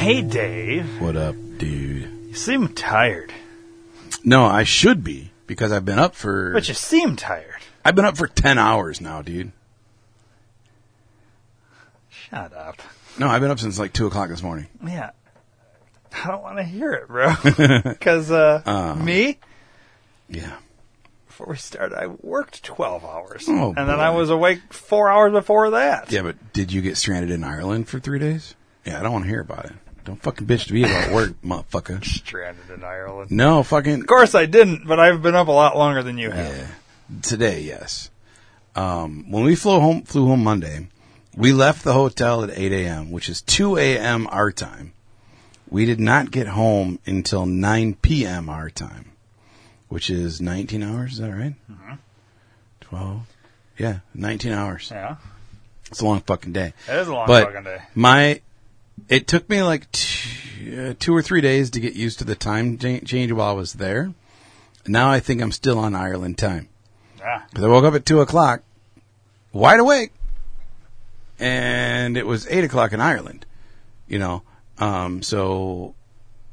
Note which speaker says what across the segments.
Speaker 1: Dave,
Speaker 2: What up, dude?
Speaker 1: you seem tired.
Speaker 2: No, I should be because I've been up for
Speaker 1: But you seem tired.
Speaker 2: I've been up for 10 hours now, dude.
Speaker 1: Shut up.
Speaker 2: No, I've been up since like 2 o'clock this morning.
Speaker 1: Yeah. I don't want to hear it, bro. Because uh,
Speaker 2: Uh-huh.
Speaker 1: me,
Speaker 2: Yeah.
Speaker 1: before we started, I worked 12 hours.
Speaker 2: Oh,
Speaker 1: and then I
Speaker 2: boy.
Speaker 1: was awake four hours before that.
Speaker 2: Yeah, but did you get stranded in Ireland for 3 days? Yeah, I don't want to hear about it. Don't fucking bitch to me about work, motherfucker.
Speaker 1: Stranded in Ireland.
Speaker 2: No, fucking
Speaker 1: Of course I didn't, but I've been up a lot longer than you have.
Speaker 2: Yeah. Today, yes. Um, when we flew home, flew home Monday, we left the hotel at 8 a.m., which is 2 a.m. our time. We did not get home until 9 p.m. our time, which is 19 hours. Is that right? 12. Yeah, 19 hours.
Speaker 1: Yeah.
Speaker 2: It's a long fucking day.
Speaker 1: It is a long
Speaker 2: but
Speaker 1: fucking day.
Speaker 2: my, it took me like two, uh, two or three days to get used to the time cha- change while I was there. Now I think I'm still on Ireland time.
Speaker 1: Yeah.
Speaker 2: Because I woke up at two o'clock, wide awake, and it was eight o'clock in Ireland. You know, um, so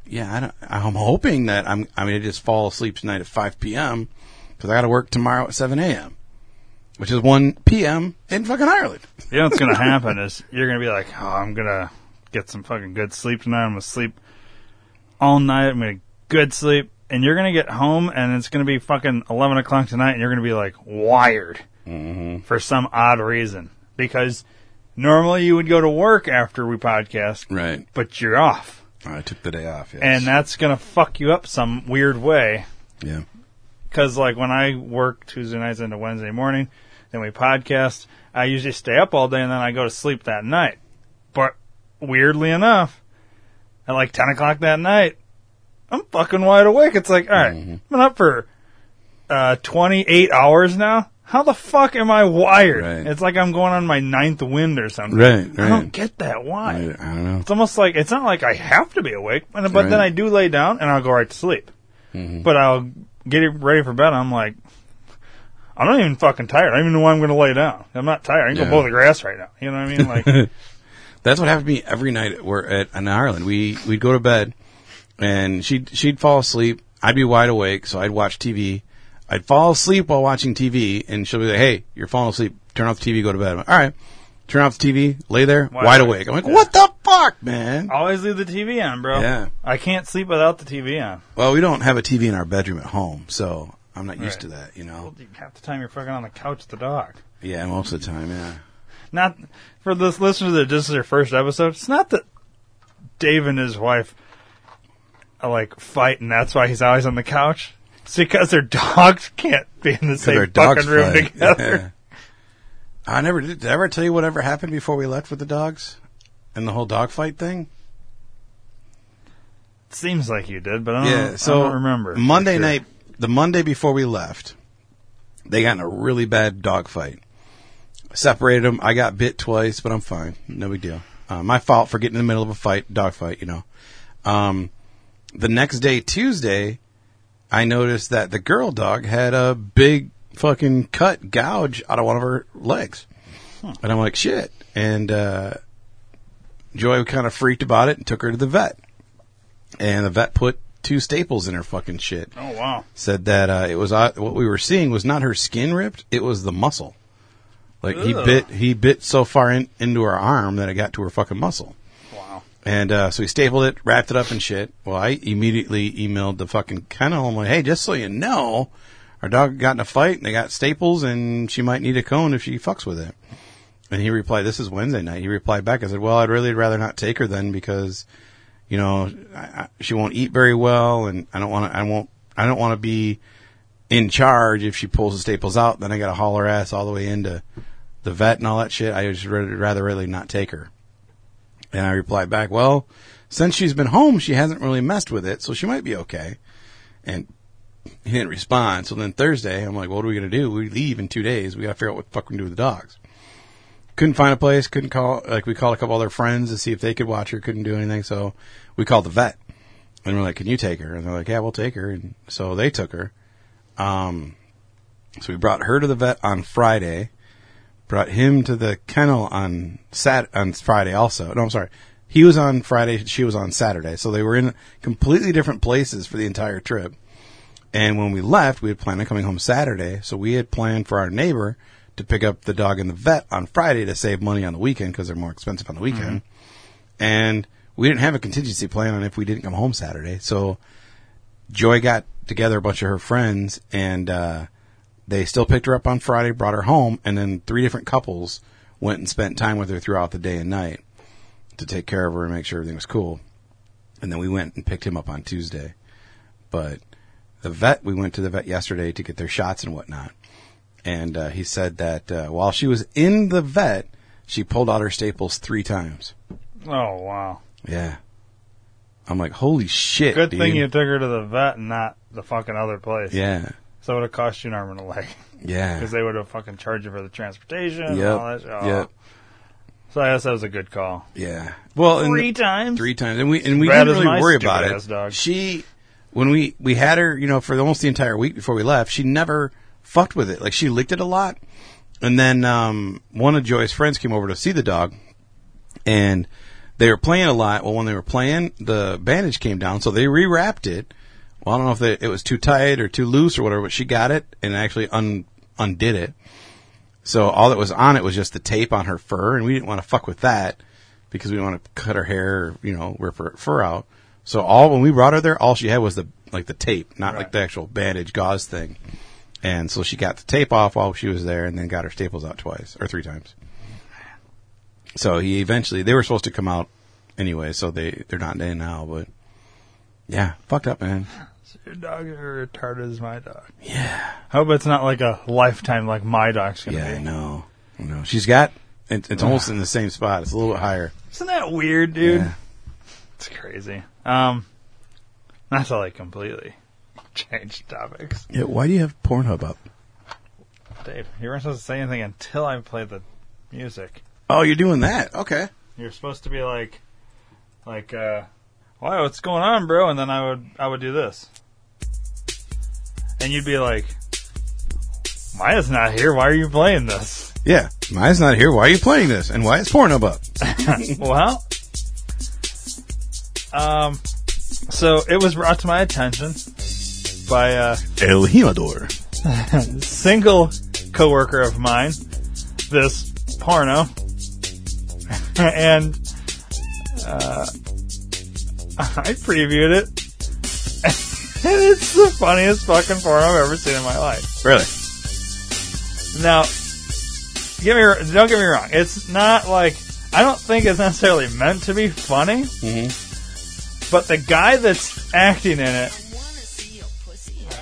Speaker 2: yeah, I don't, I'm hoping that I'm I'm gonna just fall asleep tonight at five p.m. because I got to work tomorrow at seven a.m., which is one p.m. in fucking Ireland.
Speaker 1: You know what's going to happen is you're going to be like, oh, I'm going to get some fucking good sleep tonight. I'm going to sleep all night. I'm going to good sleep. And you're going to get home and it's going to be fucking 11 o'clock tonight and you're going to be like wired
Speaker 2: Mm-hmm.
Speaker 1: for some odd reason. Because normally you would go to work after we podcast,
Speaker 2: Right.
Speaker 1: but you're off.
Speaker 2: I took the day off. Yes.
Speaker 1: And that's going to fuck you up some weird way.
Speaker 2: yeah.
Speaker 1: Because, like, when I work Tuesday nights into Wednesday morning, then we podcast, I usually stay up all day and then I go to sleep that night. But weirdly enough, at like 10 o'clock that night, I'm fucking wide awake. It's like, all right,
Speaker 2: Mm-hmm.
Speaker 1: I've been up for uh, 28 hours now. How the fuck am I wired?
Speaker 2: Right.
Speaker 1: It's like I'm going on my ninth wind or something.
Speaker 2: Right,
Speaker 1: I
Speaker 2: right.
Speaker 1: don't get that.
Speaker 2: I, I
Speaker 1: Why?
Speaker 2: don't know.
Speaker 1: It's almost like it's not like I have to be awake, but, but then
Speaker 2: Right. Mm-hmm.
Speaker 1: I do lay down and I'll go right to sleep. But I'll get it ready for bed. And I'm like, I'm not even fucking tired. I don't even know why I'm going to lay down. I'm not tired. I can
Speaker 2: Yeah.
Speaker 1: go blow the grass right now. You know what I mean? Like,
Speaker 2: That's what happened to me every night at, we at in Ireland. We we'd go to bed, and she'd she'd fall asleep. I'd be wide awake, so I'd watch TV. I'd fall asleep while watching TV, and she'll be like, "Hey, you're falling asleep. Turn off the TV. Go to bed." I'm like, All right, turn off the TV. Lay there, wide,
Speaker 1: Wide awake.
Speaker 2: awake. I'm like, "What the fuck, man?"
Speaker 1: always leave the TV on, bro.
Speaker 2: Yeah.
Speaker 1: I can't sleep without the TV on.
Speaker 2: Well, we don't have a TV in our bedroom at home, so I'm not
Speaker 1: Right.
Speaker 2: used to that. You know?
Speaker 1: Half the time you're fucking on the couch with the dog.
Speaker 2: Yeah, most of the time, yeah.
Speaker 1: Not for the listeners that this is their first episode. It's not that Dave and his wife are like fight, and that's why he's always on the couch. It's because their dogs can't be in the
Speaker 2: Our
Speaker 1: same
Speaker 2: dogs
Speaker 1: fucking room
Speaker 2: fight.
Speaker 1: together.
Speaker 2: Yeah. I never did. Did I ever tell you whatever happened before we left with the dogs and the whole dog fight thing?
Speaker 1: Seems like you did, but I don't,
Speaker 2: yeah, so
Speaker 1: I don't remember. for
Speaker 2: Monday
Speaker 1: sure.
Speaker 2: night, the Monday before we left, they got in a really bad dog fight. Separated them. I got bit twice, but I'm fine. No big deal. Uh, my fault for getting in the middle of a fight, dog fight, you know. Um, the next day, Tuesday, I noticed that the girl dog had a big fucking cut gouge out of one of her legs. And I'm like, shit. And, uh, Joy kind of freaked about it and took her to the vet. And the vet put two staples in her fucking shit.
Speaker 1: Oh wow!
Speaker 2: Said that uh, it was uh, what we were seeing was not her skin ripped; it was the muscle. Like he
Speaker 1: Ugh.
Speaker 2: bit he bit so far in, into her arm that it got to her fucking muscle.
Speaker 1: Wow!
Speaker 2: And uh, so he stapled it, wrapped it up and shit. Well, I immediately emailed the fucking kennel. I'm like, hey, just so you know, our dog got in a fight and they got staples and she might need a cone if she fucks with it. And he replied, this is Wednesday night. He replied back. I said, well, I'd really rather not take her then because, you know, I, I, she won't eat very well and I don't want to, I won't, I don't want to be in charge if she pulls the staples out. Then I got to haul her ass all the way into the vet and all that shit. I just rather, rather really not take her. And I replied back, well, since she's been home, she hasn't really messed with it, so she might be okay. And he didn't respond. So then Thursday, I'm like, what are we going to do? We leave in two days. We got to figure out what the fuck we can do with the dogs. Couldn't find a place. Couldn't call, like, we called a couple other friends to see if they could watch her. Couldn't do anything. So we called the vet and we're like, can you take her? And they're like, yeah, we'll take her. And so they took her. Um, so we brought her to the vet on Friday brought him to the kennel on Sat on Friday also. No, I'm sorry. He was on Friday, she was on Saturday, so they were in completely different places for the entire trip. And when we left, we had planned on coming home Saturday, so we had planned for our neighbor to pick up the dog and the vet on Friday to save money on the weekend because they're more expensive on the weekend. And we didn't have a contingency plan on if we didn't come home Saturday, so Joy got together a bunch of her friends and uh, they still picked her up on Friday, brought her home, and then three different couples went and spent time with her throughout the day and night to take care of her and make sure everything was cool. And then we went and picked him up on Tuesday. But the vet, we went to the vet yesterday to get their shots and whatnot. And uh, he said that uh, while she was in the vet, she pulled out her staples three times.
Speaker 1: Oh wow.
Speaker 2: Yeah. I'm like, holy shit.
Speaker 1: Good
Speaker 2: dude.
Speaker 1: thing you took her to the vet and not the fucking other place.
Speaker 2: Yeah.
Speaker 1: So it would have cost you an arm and a leg
Speaker 2: Yeah.
Speaker 1: because they would have fucking charged you for the transportation and
Speaker 2: Yep.
Speaker 1: all that. shit. Oh.
Speaker 2: Yep.
Speaker 1: So I guess that was a good call.
Speaker 2: Yeah. Well, and
Speaker 1: Three times.
Speaker 2: three times, and we and we
Speaker 1: Brad
Speaker 2: didn't
Speaker 1: is
Speaker 2: really
Speaker 1: my
Speaker 2: worry about
Speaker 1: stupid ass
Speaker 2: it.
Speaker 1: dog.
Speaker 2: She, when we we had her, you know, for almost the entire week before we left, she never fucked with it. Like she licked it a lot, and then um, one of Joy's friends came over to see the dog, and they were playing a lot. Well, when they were playing, the bandage came down, so they rewrapped it. Well, I don't know if they, it was too tight or too loose or whatever, but she got it and actually un, undid it. So all that was on it was just the tape on her fur, and we didn't want to fuck with that because we didn't want to cut her hair, or, you know, rip her fur out. So all when we brought her there, all she had was the like the tape, not like
Speaker 1: Right.
Speaker 2: the actual bandage gauze thing. And so she got the tape off while she was there, and then got her staples out twice or three times. So he eventually they were supposed to come out anyway, so they they're not in now, but yeah, fucked up, man.
Speaker 1: Your dog is retarded as my dog.
Speaker 2: Yeah,
Speaker 1: Hope it's not like a lifetime like my dog's gonna
Speaker 2: yeah, I
Speaker 1: be.
Speaker 2: know, I know. She's got it, it's almost in the same spot. It's a little bit higher.
Speaker 1: Isn't that weird, dude?
Speaker 2: Yeah.
Speaker 1: It's crazy. Um, not to like completely change topics.
Speaker 2: Yeah, why do you have Pornhub up?
Speaker 1: Dave, you weren't supposed to say anything until I play the music.
Speaker 2: Oh, you're doing that. Okay.
Speaker 1: You're supposed to be like, like, uh, wow, what's going on, bro? And then I would, I would do this, and you'd be like, Maya's not here. Why are you playing this?
Speaker 2: Yeah. Maya's not here. Why are you playing this? And why is Pornhub up?
Speaker 1: well, um, so it was brought to my attention by uh,
Speaker 2: El Himador.
Speaker 1: single coworker of mine this porno, and uh, I previewed it. And it's the funniest fucking porno I've ever seen in my life.
Speaker 2: Really?
Speaker 1: Now, get me don't get me wrong. It's not like I don't think it's necessarily meant to be funny,
Speaker 2: Mm-hmm.
Speaker 1: but the guy that's acting in it.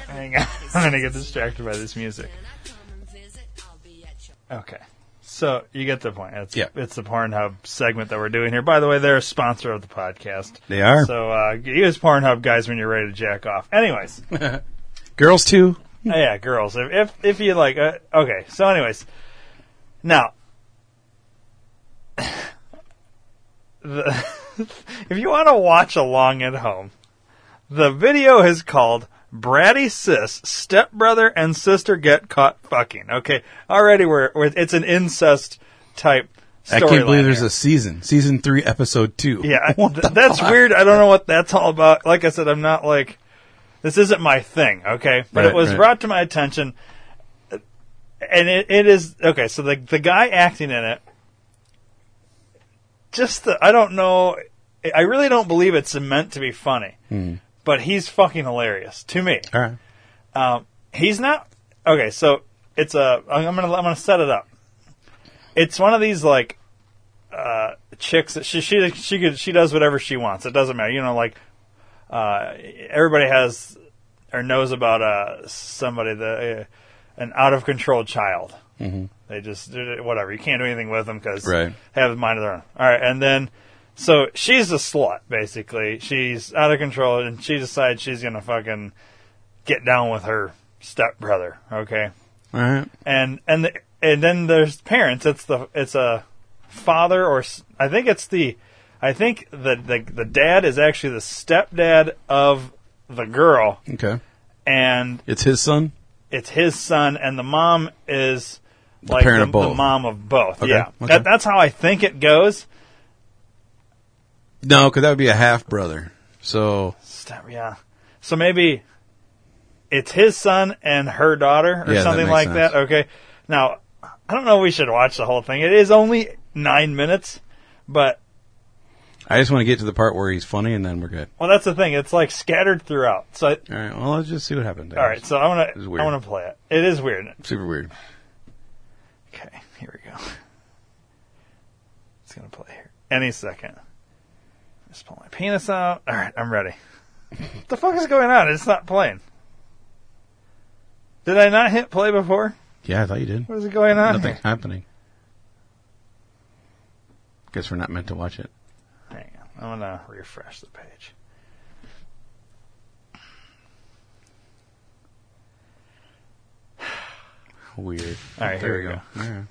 Speaker 1: Hang
Speaker 3: Hang
Speaker 1: on, I'm gonna get distracted by this music. Okay. So you get the point. It's,
Speaker 2: Yeah.
Speaker 1: it's the Pornhub segment that we're doing here. By the way, they're a sponsor of the podcast.
Speaker 2: They are.
Speaker 1: So uh, use Pornhub, guys, when you're ready to jack off. Anyways, uh,
Speaker 2: Girls too.
Speaker 1: yeah, girls, if if, if you like, uh, okay. So, anyways, now, the, if you want to watch along at home, the video is called "Bratty Sis Stepbrother and Sister Get Caught Fucking." Okay, already we're, we're it's an incest type.
Speaker 2: I can't believe
Speaker 1: storyline
Speaker 2: there's
Speaker 1: here.
Speaker 2: a season. Season three, episode two.
Speaker 1: Yeah, I,
Speaker 2: What the
Speaker 1: th- that's
Speaker 2: fuck?
Speaker 1: weird. I don't know what that's all about. Like I said, I'm not like this isn't my thing. Okay, but it
Speaker 2: Right,
Speaker 1: was
Speaker 2: right.
Speaker 1: brought to my attention, uh, and it, it is okay. So the the guy acting in it, just the I don't know. I really don't believe it's meant to be funny,
Speaker 2: Hmm.
Speaker 1: but he's fucking hilarious to me.
Speaker 2: All right.
Speaker 1: Um, he's not okay. So it's a. I'm gonna I'm gonna set it up. It's one of these like uh, chicks that she she she could, she does whatever she wants. It doesn't matter. You know, like uh, everybody has or knows about uh, somebody that uh, an out of control child. Mm-hmm. They just whatever. You can't do anything with them because
Speaker 2: Right.
Speaker 1: they have a mind of their own. All right, and then. So she's a slut, basically. She's out of control, and she decides she's gonna fucking get down with her stepbrother, okay?
Speaker 2: All right.
Speaker 1: And and the, and then there's parents. It's the it's a father or s- I think it's the I think the the, the dad is actually the stepdad of the girl
Speaker 2: Okay.
Speaker 1: and
Speaker 2: It's his son.
Speaker 1: it's his son and the mom is like
Speaker 2: parent
Speaker 1: the,
Speaker 2: of both.
Speaker 1: the mom of both.
Speaker 2: Okay,
Speaker 1: Yeah.
Speaker 2: okay.
Speaker 1: That, that's how I think it goes.
Speaker 2: No, because that would be a half brother. So
Speaker 1: Stop, yeah. So maybe it's his son and her daughter or
Speaker 2: Yeah, that
Speaker 1: something
Speaker 2: makes
Speaker 1: like
Speaker 2: sense.
Speaker 1: that. Okay. Now, I don't know if we should watch the whole thing. It is only nine minutes, but,
Speaker 2: I just want to get to the part where he's funny, and then we're good.
Speaker 1: well, that's the thing. It's like scattered throughout. So,
Speaker 2: All right. Well, let's just see what happens.
Speaker 1: all right. So I want
Speaker 2: This
Speaker 1: to,
Speaker 2: is
Speaker 1: I
Speaker 2: weird.
Speaker 1: want to play it. It is weird.
Speaker 2: Super weird.
Speaker 1: Okay. Here we go. It's going to play here any second. Just pull my penis out. All right. I'm ready. what the fuck is going on? It's not playing. Did I not hit play before?
Speaker 2: Yeah, I thought you did.
Speaker 1: What is going on?
Speaker 2: Nothing's
Speaker 1: here?
Speaker 2: happening. Guess we're not meant to watch it.
Speaker 1: Hang on. I'm gonna refresh the page.
Speaker 2: Weird.
Speaker 1: All right,
Speaker 2: there
Speaker 1: here we
Speaker 2: go. All right.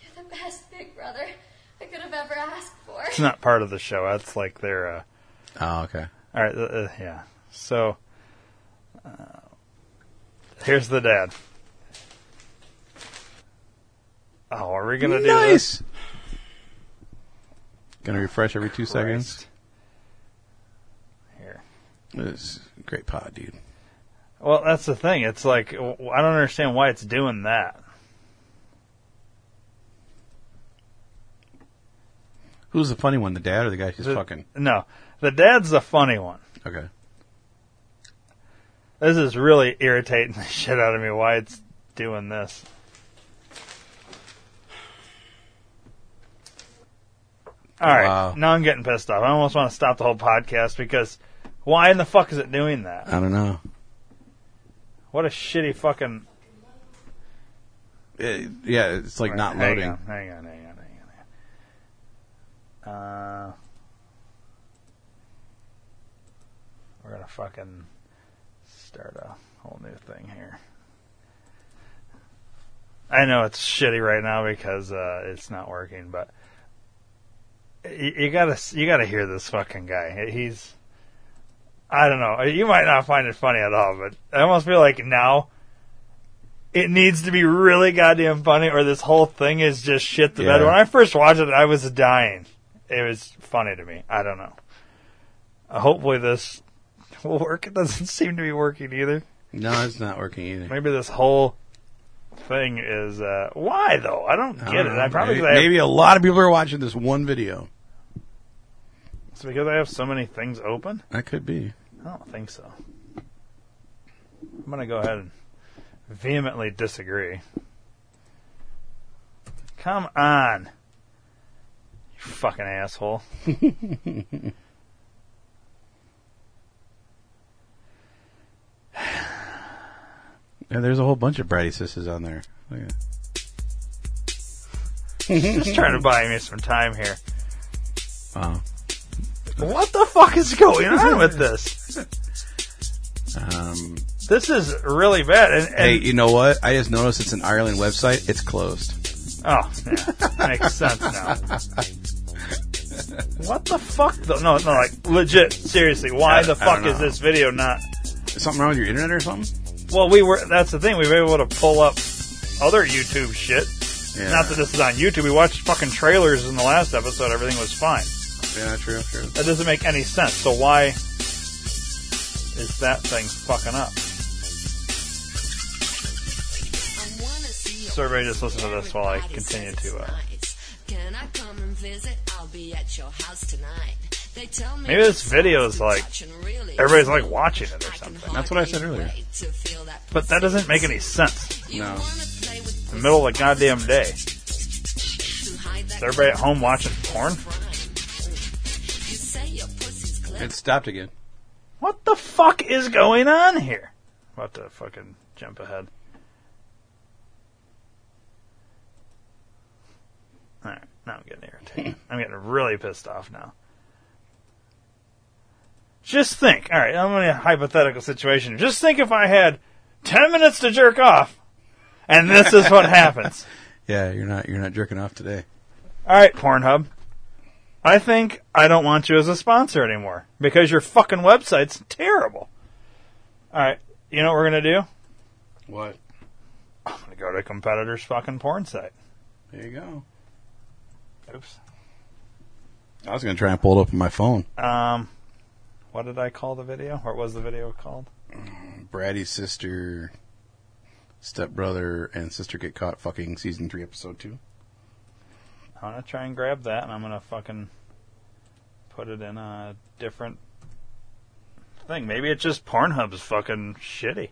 Speaker 3: You're the best big brother I could have ever asked for.
Speaker 1: It's not part of the show. That's like their. Uh,
Speaker 2: Oh, okay.
Speaker 1: all right, uh, uh, yeah. So uh, here's the dad. Oh, are we gonna do this?
Speaker 2: nice. Gonna refresh every two seconds.
Speaker 1: Here.
Speaker 2: This is a great pod, dude.
Speaker 1: Well, that's the thing. It's like w- I don't understand why it's doing that.
Speaker 2: Who's the funny one, the dad or the guy she's fucking?
Speaker 1: No, the dad's the funny one.
Speaker 2: Okay.
Speaker 1: This is really irritating the shit out of me. Why it's doing this? All right,
Speaker 2: Wow.
Speaker 1: now I'm getting pissed off. I almost want to stop the whole podcast because why in the fuck is it doing that?
Speaker 2: I don't know.
Speaker 1: What a shitty fucking.
Speaker 2: It- yeah, it's like not
Speaker 1: Uh, hang
Speaker 2: loading.
Speaker 1: On, hang on, hang on, hang on. Hang on. Uh, we're gonna fucking start a whole new thing here. I know it's shitty right now because uh, it's not working, but you, you gotta you gotta hear this fucking guy. He's I don't know. You might not find it funny at all, but I almost feel like now it needs to be really goddamn funny, or this whole thing is just shit the
Speaker 2: Yeah.
Speaker 1: bed. When I first watched it, I was dying. It was funny to me. I don't know. Uh, hopefully this will work. It doesn't seem to be working either.
Speaker 2: No, it's not working either.
Speaker 1: Maybe this whole thing is uh, why though? I don't
Speaker 2: I
Speaker 1: get
Speaker 2: don't
Speaker 1: it.
Speaker 2: know.
Speaker 1: I probably
Speaker 2: maybe,
Speaker 1: I have-
Speaker 2: Uh, maybe a lot of people are watching this one video.
Speaker 1: it's because I have so many things open.
Speaker 2: That could be.
Speaker 1: I don't think so. I'm gonna go ahead and vehemently disagree. Come on, you fucking asshole!
Speaker 2: Yeah, there's a whole bunch of Bratty sisters on there. Look at
Speaker 1: Just trying to buy me some time here.
Speaker 2: Wow.
Speaker 1: What the fuck is going on with this?
Speaker 2: Um,
Speaker 1: This is really bad. And, and
Speaker 2: hey, you know what? I just noticed it's an Ireland website. It's closed.
Speaker 1: Oh, yeah. Makes sense now. What the fuck? Though? No, no, like legit. Seriously, why
Speaker 2: I-
Speaker 1: the
Speaker 2: I
Speaker 1: fuck
Speaker 2: don't
Speaker 1: is
Speaker 2: know.
Speaker 1: this video not?
Speaker 2: Is something wrong with your internet or something?
Speaker 1: Well, we were. That's the thing. We were able to pull up other YouTube shit.
Speaker 2: Yeah.
Speaker 1: Not that this is on YouTube. We watched fucking trailers in the last episode. Everything was fine.
Speaker 2: Yeah, true, true.
Speaker 1: That doesn't make any sense. So why is that thing fucking up?
Speaker 4: Survey just listen to this while I continue to. Uh,
Speaker 1: Maybe this video is like everybody's like watching it or something.
Speaker 4: That's what I said earlier.
Speaker 1: But that doesn't make any sense.
Speaker 2: No.
Speaker 1: In the middle of the goddamn day. Is everybody at home watching porn?
Speaker 2: It stopped again.
Speaker 1: What the fuck is going on here? About to fucking jump ahead. Alright, now I'm getting irritated. I'm getting really pissed off now. Just think, alright, I'm in a hypothetical situation. Just think if I had 10 minutes to jerk off, and this is what happens.
Speaker 2: Yeah, you're not you're not jerking off today.
Speaker 1: All right, Pornhub. I think I don't want you as a sponsor anymore because your fucking website's terrible. All right, you know what we're gonna do?
Speaker 2: What?
Speaker 1: I'm gonna go to a competitor's fucking porn site.
Speaker 2: There you go.
Speaker 1: Oops.
Speaker 2: I was going to try and pull it up on my phone.
Speaker 1: Um, what did I call the video? What was the video called?
Speaker 2: Braddy's sister, stepbrother, and sister get caught fucking season three, episode two.
Speaker 1: I'm gonna try and grab that, and I'm gonna fucking put it in a different thing. Maybe it's just Pornhub's fucking shitty.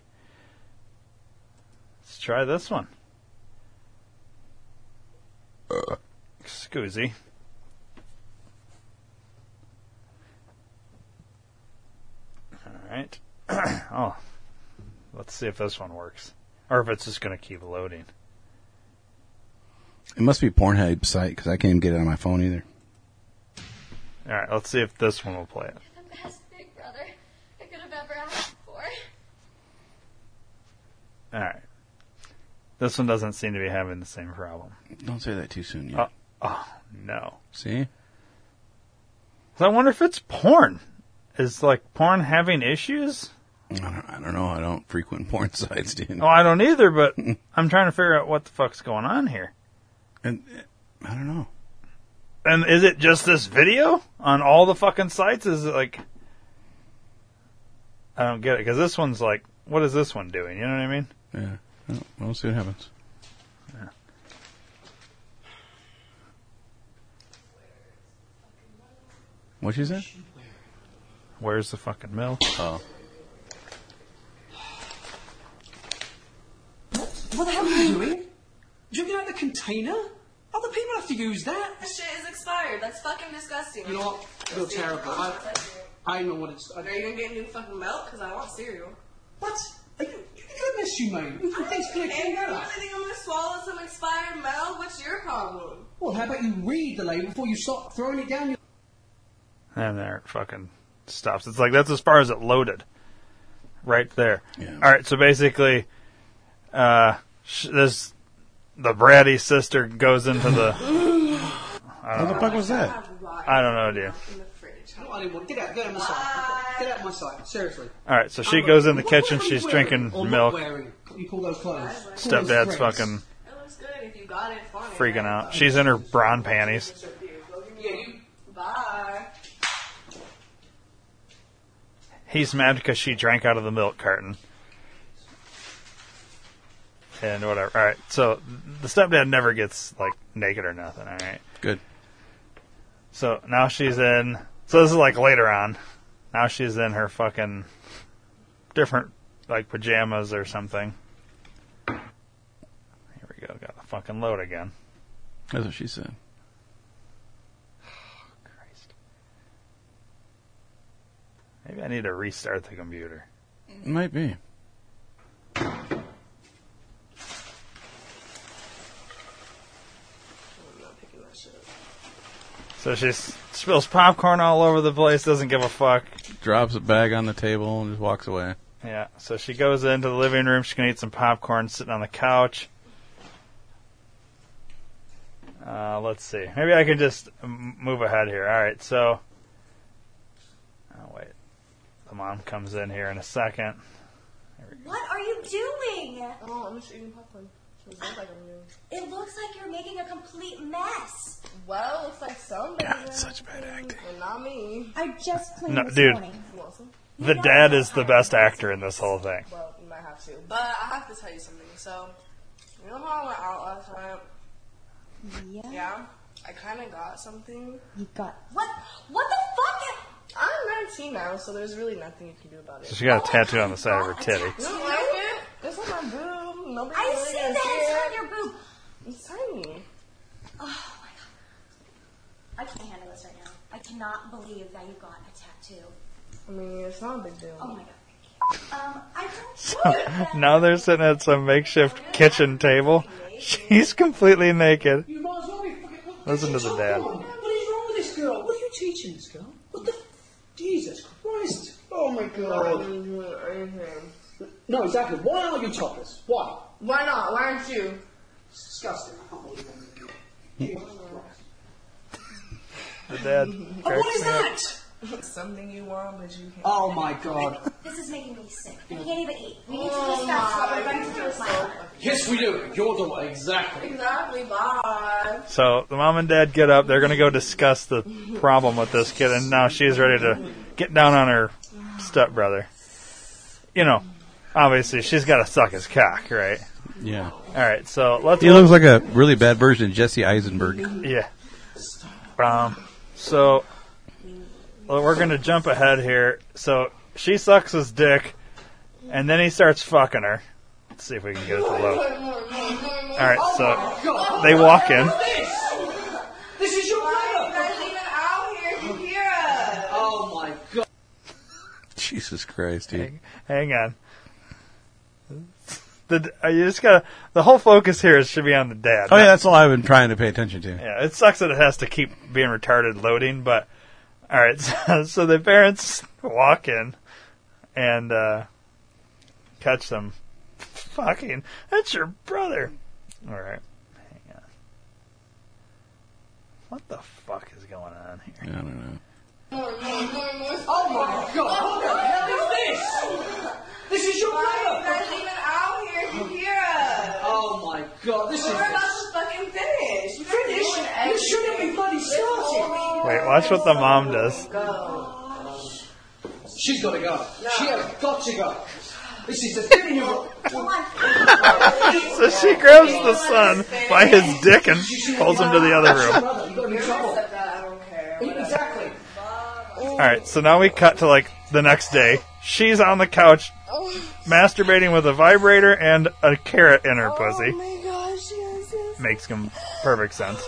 Speaker 1: Let's try this one. Excuse me. All right. oh, let's see if this one works, or if it's just gonna keep loading.
Speaker 2: It must be Pornhub site because I can't even get it on my phone either.
Speaker 1: All right, let's see if this one will play it.
Speaker 3: You're the best big brother I could have ever asked for.
Speaker 1: All right. This one doesn't seem to be having the same problem.
Speaker 2: Don't say that too soon. Yet.
Speaker 1: Uh, Oh, no.
Speaker 2: See,
Speaker 1: So I wonder if it's porn. Is like porn having issues?
Speaker 2: I don't, I don't know. I don't frequent porn sites, dude.
Speaker 1: Oh, I don't either, but I'm trying to figure out what the fuck's going on here.
Speaker 2: And eh, I don't know.
Speaker 1: And is it just this video on all the fucking sites? Is it like. I don't get it, because this one's like, what is this one doing? You know what I mean?
Speaker 2: Yeah, well, we'll see what happens. What you say?
Speaker 1: Where's the fucking mill?
Speaker 2: Oh,
Speaker 5: What the hell are you doing? Drinking out of the container? Other people have to use that.
Speaker 6: This shit is expired. That's fucking disgusting.
Speaker 5: You know what? You're terrible. I, I know what it's
Speaker 6: Are
Speaker 5: like.
Speaker 6: you gonna get new fucking milk? Because I want cereal.
Speaker 5: What? Are you, goodness, you mate. You put things in a
Speaker 6: And you really
Speaker 5: container.
Speaker 6: think I'm gonna swallow some expired milk? What's your problem?
Speaker 5: Well, how about you read the label before you start throwing it down your...
Speaker 1: And there it fucking stops. It's like that's as far as it loaded. Right there.
Speaker 2: Yeah.
Speaker 1: All right, so basically, uh, sh- this, the bratty sister goes into the,
Speaker 2: what the fuck was that?
Speaker 1: I don't know, dude.
Speaker 6: In the fridge.
Speaker 5: I didn't want... Get out, get out of my sight. Get out of my sight. Seriously.
Speaker 1: All right, so she
Speaker 5: I'm-
Speaker 1: goes in the
Speaker 5: What-
Speaker 1: kitchen,
Speaker 5: what are you
Speaker 1: she's
Speaker 5: wearing?
Speaker 1: drinking
Speaker 5: Or not
Speaker 1: milk.
Speaker 5: wearing? What do you call those clothes? Call those
Speaker 1: Stepdad's
Speaker 5: threads.
Speaker 1: fucking
Speaker 6: It looks good if you got it for me.
Speaker 1: freaking out. She's in her brown panties.
Speaker 6: Yeah, you. Bye.
Speaker 1: He's mad because she drank out of the milk carton. And whatever. All right, so the stepdad never gets, like, naked or nothing, all right?
Speaker 2: Good.
Speaker 1: So now she's in. So this is like later on. Now she's in her fucking different like pajamas or something. Here we go. Got the fucking load again.
Speaker 2: That's what she said.
Speaker 1: Christ. Maybe I need to restart the computer.
Speaker 2: Might be.
Speaker 6: I'm not picking that shit up.
Speaker 1: So she s- spills popcorn all over the place. Doesn't give a fuck.
Speaker 2: Drops a bag on the table and just walks away.
Speaker 1: Yeah. So she goes into the living room. She's gonna eat some popcorn, sitting on the couch. Uh, let's see. Maybe I can just m- move ahead here. All right. So, oh wait, the mom comes in here in a second.
Speaker 7: What are you doing?
Speaker 6: Oh, I'm just eating popcorn. It looks like I'm doing.
Speaker 7: It looks like you're making a complete mess.
Speaker 6: Well, looks like somebody.
Speaker 2: God, it's such bad acting.
Speaker 6: Well, not me.
Speaker 7: I just cleaned
Speaker 1: No,
Speaker 7: this
Speaker 1: dude.
Speaker 7: morning.
Speaker 6: You want some?
Speaker 1: The dad is the best actor in this whole thing.
Speaker 6: Well, you might have to. But I have to tell you something. So, you know how I went out last night?
Speaker 7: Yeah,
Speaker 6: Yeah. I kind of got something.
Speaker 7: you got what? What the fuck?
Speaker 6: I'm 19 now, so there's really nothing you can do about
Speaker 1: So
Speaker 6: it.
Speaker 1: she got a tattoo on the side of her titty.
Speaker 6: You don't like it? It's on my boob. Nobody
Speaker 7: I
Speaker 6: really
Speaker 7: see
Speaker 6: gonna
Speaker 7: that
Speaker 6: see
Speaker 7: it's
Speaker 6: it.
Speaker 7: on your boob.
Speaker 6: It's tiny.
Speaker 7: I can't handle this right now. I cannot believe that you got a tattoo.
Speaker 6: I mean, it's not a big deal.
Speaker 7: Oh my god. Um, I don't.
Speaker 1: Now they're sitting at some makeshift kitchen table. She's completely naked.
Speaker 5: You might as well be fucking... what-
Speaker 1: Listen to the
Speaker 5: Come
Speaker 1: dad.
Speaker 5: on. What is wrong with this girl? What are you teaching this girl? What the... Jesus Christ. Oh, my God. No, exactly. Why are you topless? Why?
Speaker 6: Why not? Why aren't you?
Speaker 5: It's disgusting. I can't believe that. Jesus Christ.
Speaker 1: The dad.
Speaker 5: Oh, what
Speaker 1: cracks
Speaker 5: is
Speaker 1: me up.
Speaker 5: that?
Speaker 6: something you want, but you can't.
Speaker 5: Oh my god.
Speaker 7: This is making me sick. I can't even eat. We need to just start somewhere right through with my mother.
Speaker 5: Yes, we do. You're the one. Exactly.
Speaker 6: Exactly. Bye.
Speaker 1: So the mom and dad get up. They're going to go discuss the problem with this kid, and now she's ready to get down on her stepbrother. You know, obviously she's got to suck his cock, right?
Speaker 2: Yeah.
Speaker 1: All right, so let's.
Speaker 2: He looks like a really bad version of Jesse Eisenberg.
Speaker 1: Yeah. Um, so well, we're going to jump ahead here. So she sucks his dick, and then he starts fucking her. Let's see if we can get it to load. All right, so
Speaker 5: God.
Speaker 1: they walk in.
Speaker 5: This! This is your
Speaker 6: Why
Speaker 5: brother!
Speaker 6: are you guys even out here? You hear us?
Speaker 5: Oh my god.
Speaker 2: Jesus Christ, dude.
Speaker 1: Hang on. The uh, you just gotta. The whole focus here is should be on the dad.
Speaker 2: Oh yeah, that's all I've been trying to pay attention to.
Speaker 1: Yeah, it sucks that it has to keep being retarded loading, but all right. So, so the parents walk in and uh, catch them. Fucking, that's your brother. All right, hang on. What the fuck is going on
Speaker 2: I
Speaker 1: here?
Speaker 2: don't know.
Speaker 5: Oh my god. What the hell is this? This is your
Speaker 6: Why are you
Speaker 5: brother!
Speaker 6: guys even out here? You hear us?
Speaker 5: Oh my god. This
Speaker 6: We're about
Speaker 5: is.
Speaker 6: to fucking finish. You
Speaker 5: Finish? You shouldn't be bloody
Speaker 6: Oh,
Speaker 5: starting.
Speaker 1: Wait, watch what the mom does.
Speaker 5: She's gotta go. She has got to go. This is the thing you
Speaker 1: So she grabs the son by his dick and pulls him to the other room.
Speaker 5: brother. You got in trouble.
Speaker 6: I don't care.
Speaker 5: Exactly.
Speaker 1: All right, so now we cut to like the next day. She's on the couch
Speaker 6: Oh,
Speaker 1: masturbating with a vibrator and a carrot in her pussy.
Speaker 6: oh my gosh, yes, yes.
Speaker 1: Makes com- perfect sense.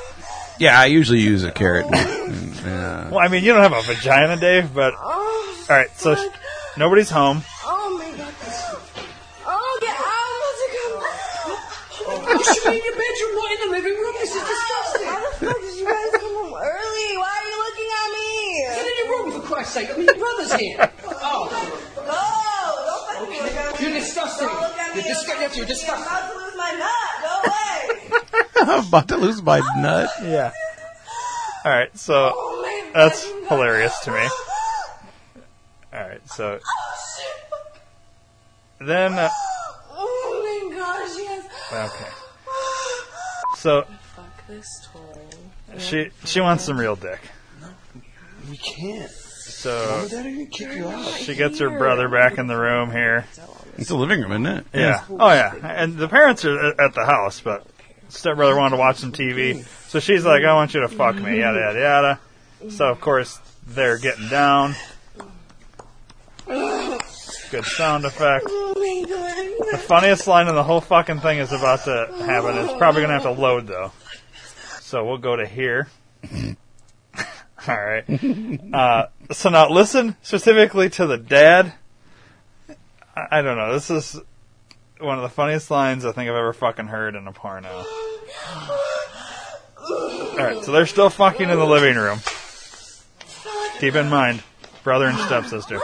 Speaker 2: Yeah, I usually use a carrot. and- and, uh,
Speaker 1: Well, I mean, you don't have a vagina, Dave, but all
Speaker 6: Oh,
Speaker 1: right. So sh- nobody's home.
Speaker 6: oh my god. Oh, get out. I'm about to come.
Speaker 5: You should be in your bedroom, not in the living room. This is disgusting.
Speaker 6: Why the fuck did you guys come home early? Why are you looking at
Speaker 5: Get
Speaker 6: me?
Speaker 5: in your room, for Christ's sake. I mean, your brother's here. Oh,
Speaker 6: Oh, don't fucking look at me.
Speaker 5: you're disgusting.
Speaker 6: Don't look at me.
Speaker 5: You're disgusting. You're
Speaker 6: I'm
Speaker 5: disgusting.
Speaker 6: about to lose my nut. Go away.
Speaker 2: I'm about to lose my nut.
Speaker 1: Yeah. All right, so
Speaker 6: Oh, man.
Speaker 1: that's hilarious to me. All right, so then uh,
Speaker 6: Oh my gosh, yes.
Speaker 1: okay. So
Speaker 6: Fuck this toy.
Speaker 1: she she wants some real dick.
Speaker 5: We can't.
Speaker 1: So
Speaker 5: Dad, I didn't kick you out.
Speaker 1: she gets her brother back in the room here.
Speaker 2: It's the living room, isn't it?
Speaker 1: Yeah. Oh yeah. And the parents are at- at the house, but stepbrother wanted to watch some TV, so she's like, "I want you to fuck me." Yada yada yada. So of course they're getting down. Good sound effect.
Speaker 6: Oh my god.
Speaker 1: The funniest line in the whole fucking thing is about to happen. It's probably gonna have to load though. So we'll go to here. All right. Uh, so now listen specifically to the dad. I, I don't know. This is one of the funniest lines I think I've ever fucking heard in a porno. All right. So they're still fucking in the living room. Keep in mind, brother and stepsister.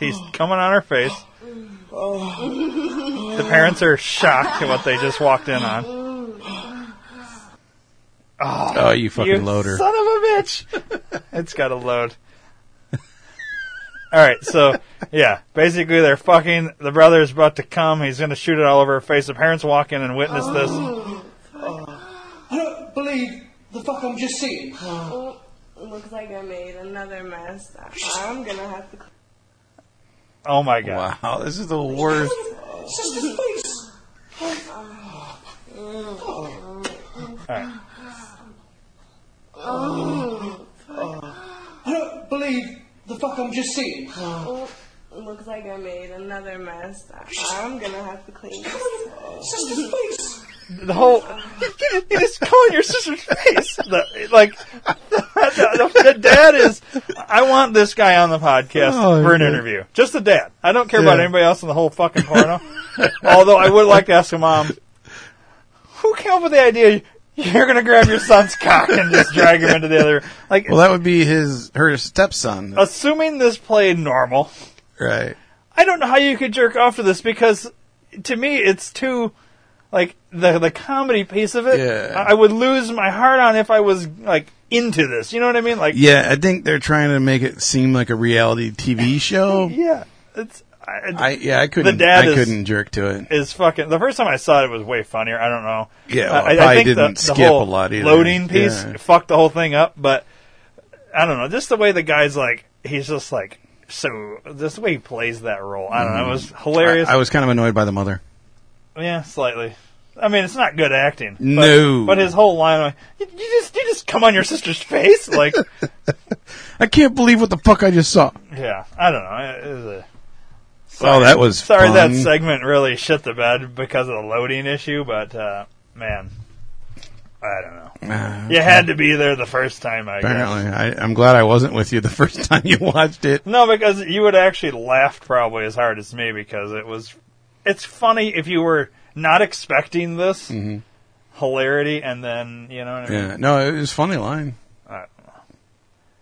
Speaker 1: He's coming on her face. The parents are shocked at what they just walked in on.
Speaker 2: Oh, you fucking
Speaker 1: You
Speaker 2: loader.
Speaker 1: son of a bitch! it's got to load. All right, so yeah, basically they're fucking. The brother's about to come. He's going to shoot it all over her face. The parents walk in and witness this.
Speaker 5: I don't believe the fuck I'm just seeing.
Speaker 6: Looks like I made another mess. I'm gonna have to.
Speaker 1: Oh my god!
Speaker 2: Wow, this is the worst.
Speaker 5: Sister's face. I don't believe the fuck I'm just seeing.
Speaker 6: Looks like I made another mess. I'm gonna have to clean this.
Speaker 5: Sister's face.
Speaker 1: The whole it is calling your sister's face. The- like the, the- the dad is. I want this guy on the podcast
Speaker 2: Oh,
Speaker 1: for an
Speaker 2: yeah.
Speaker 1: interview. Just the dad. I don't care about
Speaker 2: Yeah.
Speaker 1: anybody else in the whole fucking porno. Although I would like to ask a mom, who came up with the idea you're gonna grab your son's cock and just drag him into the other? Like,
Speaker 2: Well, that would be his her stepson,
Speaker 1: Oh. assuming this played normal,
Speaker 2: right?
Speaker 1: I don't know how you could jerk off to this because to me it's too like the the comedy piece of it.
Speaker 2: Yeah.
Speaker 1: I I would lose my heart on if I was like into this. You know what I mean? Like,
Speaker 2: Yeah, I think they're trying to make it seem like a reality TV show.
Speaker 1: yeah, it's I,
Speaker 2: I yeah, I couldn't.
Speaker 1: The dad
Speaker 2: I
Speaker 1: is-
Speaker 2: couldn't jerk to it.
Speaker 1: is fucking. The first time I saw it, it was way funnier. I don't know.
Speaker 2: Yeah, well, probably didn't skip
Speaker 1: whole
Speaker 2: a lot either.
Speaker 1: Loading piece
Speaker 2: Yeah.
Speaker 1: fucked the whole thing up, but I don't know. Just the way the guy's like, he's just like so. Just the way he plays that role, I don't know. It was hilarious.
Speaker 2: Mm-hmm. I, I was kind of annoyed by the mother.
Speaker 1: yeah, slightly. I mean, it's not good acting. But,
Speaker 2: No.
Speaker 1: but his whole line, like, you, you just you just come on your sister's face, like
Speaker 2: I can't believe what the fuck I just saw.
Speaker 1: yeah. I don't know. It was a,
Speaker 2: Oh, that was
Speaker 1: Sorry
Speaker 2: fun.
Speaker 1: that segment really shit the bed because of the loading issue, but uh, man, I don't know.
Speaker 2: Ah,
Speaker 1: You had to be there the first time, I guess.
Speaker 2: Apparently, I, I'm glad I wasn't with you the first time you watched it.
Speaker 1: No, because you would actually laughed probably as hard as me because it was. It's funny if you were not expecting this
Speaker 2: Mm-hmm.
Speaker 1: hilarity, and then you know what I mean.
Speaker 2: Yeah, no, it was a funny line.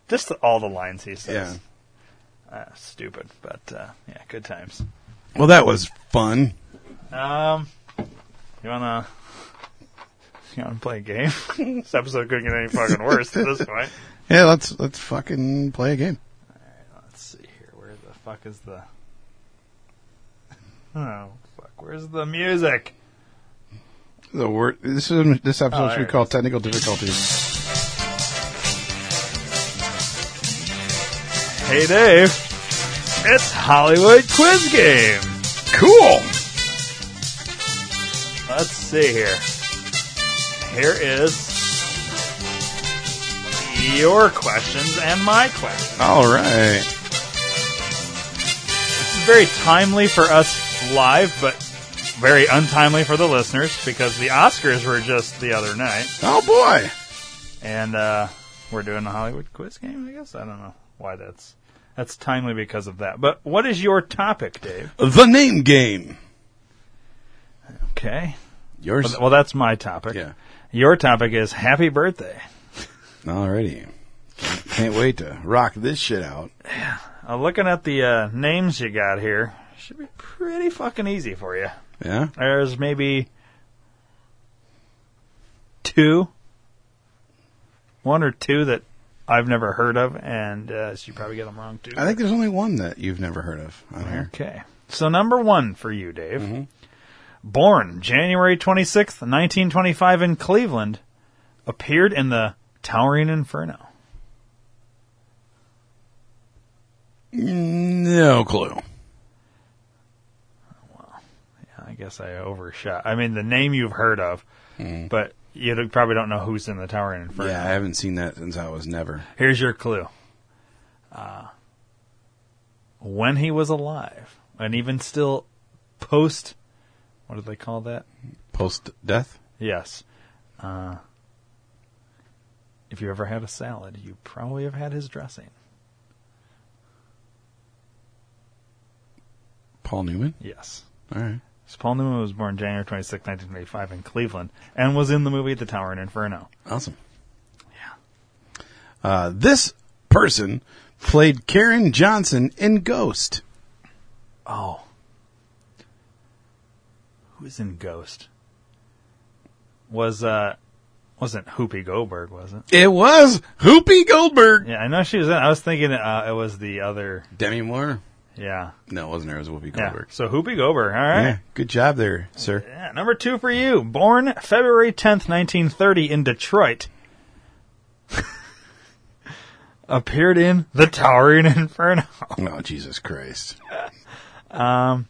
Speaker 1: Just all the lines he says.
Speaker 2: Yeah.
Speaker 1: Uh, stupid, but uh, yeah, good times.
Speaker 2: Well, that was fun.
Speaker 1: Um, you wanna you wanna play a game? this episode couldn't get any fucking worse at this point.
Speaker 2: Yeah, let's let's fucking play a game.
Speaker 1: Let's see here. Where the fuck is the? Oh fuck! Where's the music?
Speaker 2: The word this is this episode
Speaker 1: Oh,
Speaker 2: should
Speaker 1: there
Speaker 2: be
Speaker 1: it
Speaker 2: called technical difficulties.
Speaker 1: Hey Dave, it's Hollywood Quiz Game.
Speaker 2: Cool.
Speaker 1: Let's see here. Here is your questions and my questions.
Speaker 2: All right.
Speaker 1: very timely for us live, but very untimely for the listeners because the Oscars were just the other night,
Speaker 2: Oh boy.
Speaker 1: and uh, we're doing a Hollywood quiz game. I guess I don't know why that's that's timely because of that. But what is your topic, Dave?
Speaker 2: The name game.
Speaker 1: Okay,
Speaker 2: Yours.
Speaker 1: well, th- well, that's my topic.
Speaker 2: yeah.
Speaker 1: Your topic is happy birthday.
Speaker 2: Alrighty. Can't, can't wait to rock this shit out.
Speaker 1: Uh, looking at the uh, names you got here, should be pretty fucking easy for you.
Speaker 2: Yeah.
Speaker 1: There's maybe two, one or two that I've never heard of, and uh, so you probably get them wrong too.
Speaker 2: I think there's only one that you've never heard of on here.
Speaker 1: Okay, so number one for you, Dave.
Speaker 2: Mm-hmm.
Speaker 1: Born January twenty sixth, nineteen twenty five, in Cleveland, appeared in the Towering Inferno.
Speaker 2: No clue.
Speaker 1: I guess I overshot. I mean, the name you've heard of, but you don't- probably don't know who's in the Towering Inferno.
Speaker 2: Yeah, I haven't seen that since I was never.
Speaker 1: Here's your clue. Uh, when he was alive, and even still post, what do they call that?
Speaker 2: Post death.
Speaker 1: Yes. Uh, if you ever had a salad, you probably have had his dressing.
Speaker 2: Paul Newman.
Speaker 1: Yes.
Speaker 2: All right.
Speaker 1: So Paul Newman was born January 26, 1925 in Cleveland and was in the movie The Tower and Inferno.
Speaker 2: Awesome. Yeah. Uh, this person played Karen Johnson in Ghost.
Speaker 1: Oh. Who's in Ghost? Was, uh, wasn't Whoopi Goldberg, was it?
Speaker 2: It was Whoopi Goldberg.
Speaker 1: Yeah, I know she was in. I was thinking uh, it was the other.
Speaker 2: Demi Moore.
Speaker 1: Yeah.
Speaker 2: No, it wasn't her. It was Whoopi
Speaker 1: Yeah.
Speaker 2: Goldberg.
Speaker 1: So Whoopi Goldberg. All right.
Speaker 2: Yeah, good job there, sir.
Speaker 1: Yeah. Number two for you. Born February 10th, 1930 in Detroit. Appeared in The Towering Inferno.
Speaker 2: Oh, Jesus Christ.
Speaker 1: Um,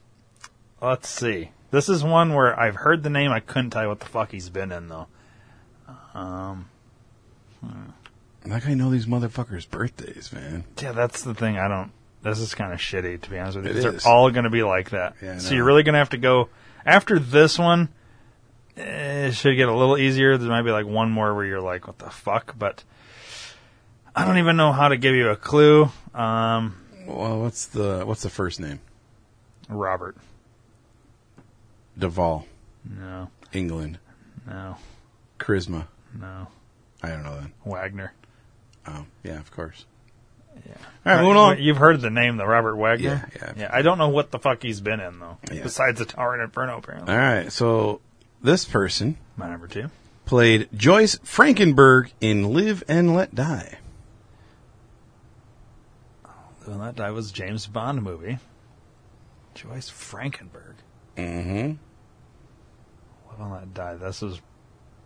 Speaker 1: Let's see. This is one where I've heard the name. I couldn't tell you what the fuck he's been in, though.
Speaker 2: Like I know these motherfuckers' birthdays, man.
Speaker 1: Yeah, that's the thing. I don't. This is kind of shitty, to be honest with you.
Speaker 2: It
Speaker 1: 'cause
Speaker 2: is.
Speaker 1: They're all going to be like that.
Speaker 2: Yeah, I
Speaker 1: so
Speaker 2: know.
Speaker 1: you're really going to have to go after this one. eh, It should get a little easier. There might be like one more where you're like, "What the fuck?" But I don't even know how to give you a clue. Um,
Speaker 2: Well, what's the what's the first name?
Speaker 1: Robert.
Speaker 2: Duvall,
Speaker 1: No,
Speaker 2: England.
Speaker 1: no,
Speaker 2: Charisma.
Speaker 1: no.
Speaker 2: I don't know that.
Speaker 1: Wagner.
Speaker 2: Oh, yeah, of course.
Speaker 1: Yeah.
Speaker 2: All right, moving on.
Speaker 1: You've heard the name, the Robert Wagner.
Speaker 2: Yeah, yeah.
Speaker 1: I don't know what the fuck he's been in though,
Speaker 2: Yeah.
Speaker 1: besides the Tower and Inferno, apparently.
Speaker 2: All right, so this person
Speaker 1: My number two.
Speaker 2: played Joyce Frankenberg in Live and Let Die.
Speaker 1: Well, that that was James Bond movie. Joyce Frankenberg.
Speaker 2: Mm-hmm.
Speaker 1: Live and Let Die. This was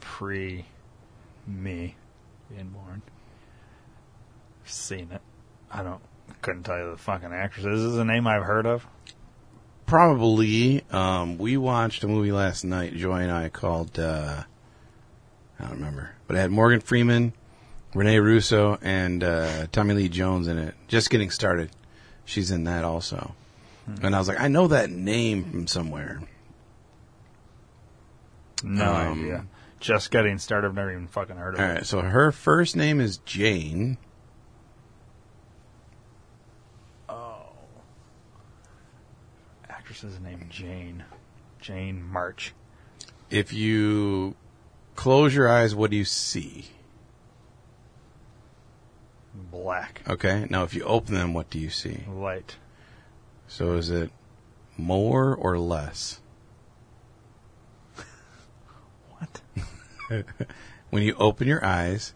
Speaker 1: pre me being born. Seen it. I don't. Couldn't tell you the fucking actress. This is a name I've heard of.
Speaker 2: Probably. Um, we watched a movie last night, Joy and I, called, uh, I don't remember, but it had Morgan Freeman, Renee Russo, and uh, Tommy Lee Jones in it. Just getting started. She's in that also. And I was like, I know that name from somewhere.
Speaker 1: No
Speaker 2: Um,
Speaker 1: idea. Just getting started. I've never even fucking heard of
Speaker 2: All
Speaker 1: it.
Speaker 2: right, so her first name is Jane.
Speaker 1: Actress's name Jane. Jane March.
Speaker 2: If you close your eyes, what do you see?
Speaker 1: Black.
Speaker 2: Okay. Now, if you open them, what do you see?
Speaker 1: Light.
Speaker 2: So is it more or less?
Speaker 1: What?
Speaker 2: When you open your eyes,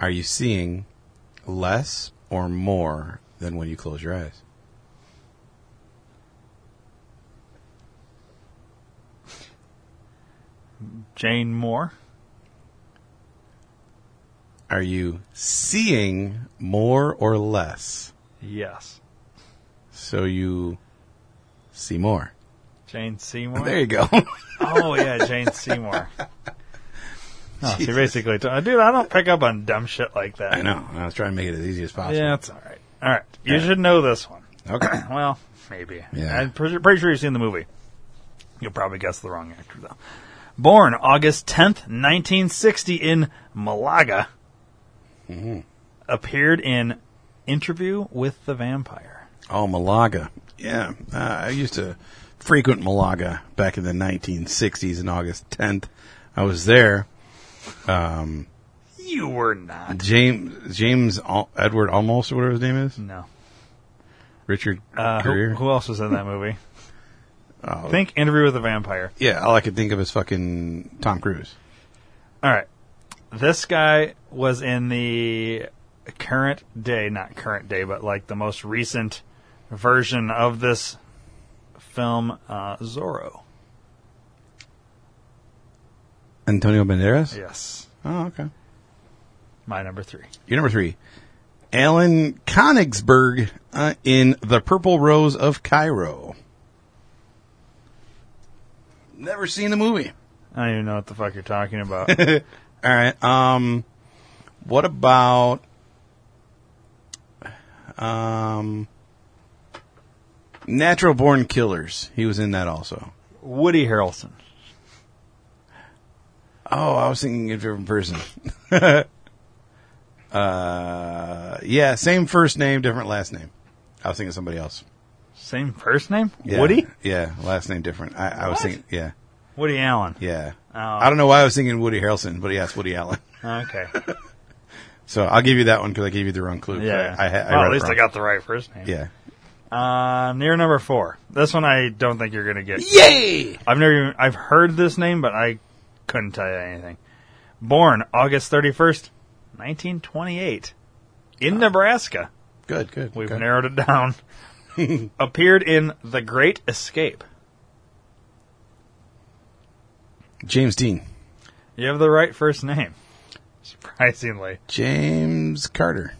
Speaker 2: are you seeing less or more than when you close your eyes?
Speaker 1: Jane Moore.
Speaker 2: Are you seeing more or less?
Speaker 1: Yes.
Speaker 2: So you see more.
Speaker 1: Jane Seymour.
Speaker 2: There you go.
Speaker 1: Oh yeah, Jane Seymour. Oh, she basically, told dude, I don't pick up on dumb shit like that.
Speaker 2: I know. I was trying to make it as easy as possible.
Speaker 1: Yeah, it's all right. All right, you should know this one.
Speaker 2: Okay.
Speaker 1: Well, maybe.
Speaker 2: Yeah.
Speaker 1: I'm pretty, pretty sure you've seen the movie. You'll probably guess the wrong actor though. Born August 10th, 1960 in Malaga.
Speaker 2: Mm-hmm.
Speaker 1: Appeared in Interview with the Vampire.
Speaker 2: Oh, Malaga. Yeah. Uh, I used to frequent Malaga back in the 1960s on August 10th. I was there.
Speaker 1: You were not.
Speaker 2: James James Al- Edward Almost, or whatever his name is.
Speaker 1: No.
Speaker 2: Richard
Speaker 1: Uh, who,
Speaker 2: Greer.
Speaker 1: who else was in that movie?
Speaker 2: Oh,
Speaker 1: Think Interview with the Vampire.
Speaker 2: yeah, all I could think of is fucking Tom Cruise.
Speaker 1: All right. This guy was in the current day, not current day, but like the most recent version of this film, uh, Zorro.
Speaker 2: Antonio Banderas?
Speaker 1: Yes.
Speaker 2: Oh, okay.
Speaker 1: My number three.
Speaker 2: Your number three. Alan Konigsberg uh, in The Purple Rose of Cairo. Never seen the movie.
Speaker 1: I don't even know what the fuck you're talking about.
Speaker 2: All right. Um, what about um, Natural Born Killers? He was in that also.
Speaker 1: Woody Harrelson.
Speaker 2: Oh, I was thinking a different person. uh, yeah, same first name, different last name. I was thinking somebody else.
Speaker 1: Same first name?
Speaker 2: Yeah,
Speaker 1: Woody?
Speaker 2: Yeah, last name different. I, I was thinking. Yeah,
Speaker 1: Woody Allen.
Speaker 2: yeah.
Speaker 1: Oh.
Speaker 2: I don't know why I was thinking Woody Harrelson, but yeah, it's Woody Allen.
Speaker 1: Okay.
Speaker 2: So I'll give you that one because I gave you the wrong clue.
Speaker 1: Yeah.
Speaker 2: I, I,
Speaker 1: well,
Speaker 2: I read
Speaker 1: at
Speaker 2: it
Speaker 1: least I
Speaker 2: wrong.
Speaker 1: got the right first name.
Speaker 2: Yeah.
Speaker 1: Uh, near number four. This one I don't think you're gonna get.
Speaker 2: Yay!
Speaker 1: I've never even I've heard this name, but I couldn't tell you anything. Born August thirty first, nineteen twenty eight, in Nebraska.
Speaker 2: Good, good.
Speaker 1: We've
Speaker 2: good.
Speaker 1: narrowed it down. Appeared in The Great Escape.
Speaker 2: James Dean.
Speaker 1: You have the right first name. Surprisingly,
Speaker 2: James Carter.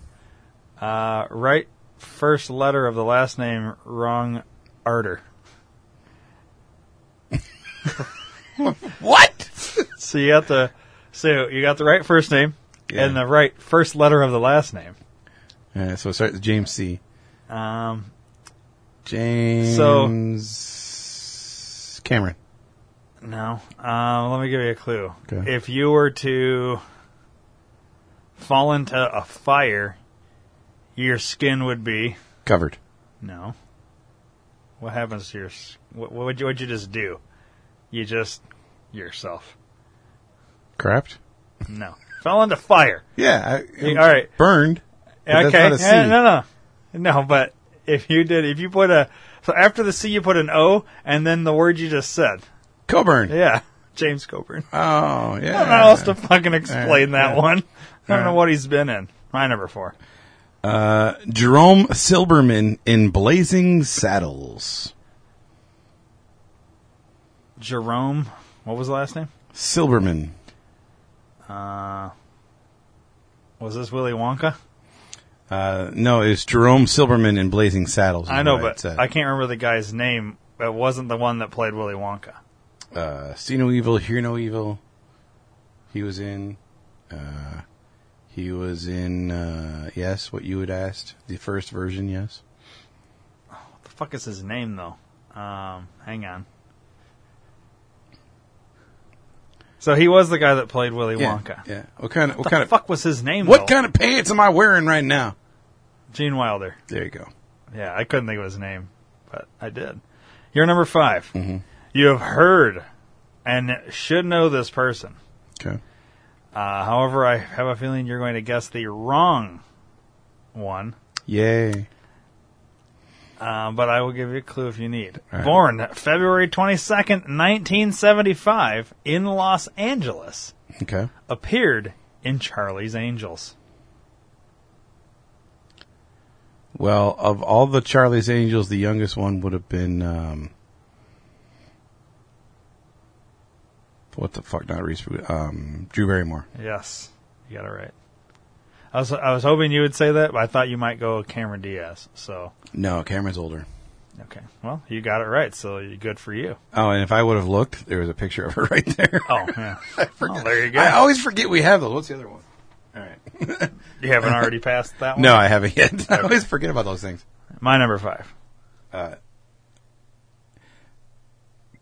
Speaker 1: uh, right first letter of the last name, wrong arter.
Speaker 2: What?
Speaker 1: So you got the so you got the right first name
Speaker 2: Yeah.
Speaker 1: and the right first letter of the last name.
Speaker 2: Uh, so it starts with James C.
Speaker 1: Um,
Speaker 2: James Cameron.
Speaker 1: No. Um, let me give you a clue.
Speaker 2: Okay.
Speaker 1: If you were to fall into a fire, your skin would be
Speaker 2: Covered.
Speaker 1: no. What happens to your? s- What, what would you? What'd you just do? You just yourself.
Speaker 2: Correct?
Speaker 1: No. Fell into fire.
Speaker 2: Yeah. I,
Speaker 1: Yeah, all right.
Speaker 2: Burned. But that's
Speaker 1: okay.
Speaker 2: not a C.
Speaker 1: Eh, no, no, no. But if you did, if you put a so after the C, you put an O, and then the word you just said.
Speaker 2: Coburn.
Speaker 1: Yeah. James Coburn.
Speaker 2: Oh, yeah.
Speaker 1: I don't know how else to fucking explain
Speaker 2: Yeah,
Speaker 1: that
Speaker 2: yeah.
Speaker 1: one. I don't
Speaker 2: Yeah.
Speaker 1: know what he's been in. My number four.
Speaker 2: Jerome Silberman in Blazing Saddles.
Speaker 1: Jerome. What was the last name?
Speaker 2: Silberman.
Speaker 1: Was this Willy Wonka?
Speaker 2: Uh, no, it's Jerome Silberman in Blazing Saddles. is
Speaker 1: I know,
Speaker 2: what it
Speaker 1: but
Speaker 2: said.
Speaker 1: I can't remember the guy's name. It wasn't the one that played Willy Wonka.
Speaker 2: uh, See No Evil, Hear No Evil. He was in. Uh, he was in. Uh, yes, what you had asked. The first version, yes.
Speaker 1: What the fuck is his name though? Um, hang on. So he was the guy that played Willy Wonka.
Speaker 2: Yeah. What kind of. What,
Speaker 1: What
Speaker 2: kind
Speaker 1: the
Speaker 2: of.
Speaker 1: fuck was his name?
Speaker 2: What
Speaker 1: though?
Speaker 2: kind of pants am I wearing right now?
Speaker 1: Gene Wilder.
Speaker 2: There you go.
Speaker 1: Yeah, I couldn't think of his name, but I did. You're number 5
Speaker 2: Mm-hmm.
Speaker 1: You have heard and should know this person.
Speaker 2: Okay.
Speaker 1: Uh, however, I have a feeling you're going to guess the wrong one,
Speaker 2: Yay.
Speaker 1: uh, but I will give you a clue if you need.
Speaker 2: All right.
Speaker 1: Born February 22nd, 1975, in Los Angeles,
Speaker 2: Okay.
Speaker 1: appeared in Charlie's Angels.
Speaker 2: Well, of all the Charlie's Angels, the youngest one would have been. Um, what the fuck? Not Reese. Wi- Um, Drew Barrymore.
Speaker 1: Yes, you got it right. I was, I was hoping you would say that, but I thought you might go Cameron Diaz, so.
Speaker 2: No, Cameron's older.
Speaker 1: Okay. Well, you got it right, so you- good for you.
Speaker 2: Oh, and if I would have looked, there was a picture of her right there.
Speaker 1: Oh, yeah.
Speaker 2: I forgot.
Speaker 1: Oh, there you go.
Speaker 2: I always forget we have those. What's the other one? All right.
Speaker 1: You haven't already passed that one?
Speaker 2: No, I haven't yet. I always forget about those things.
Speaker 1: My number five.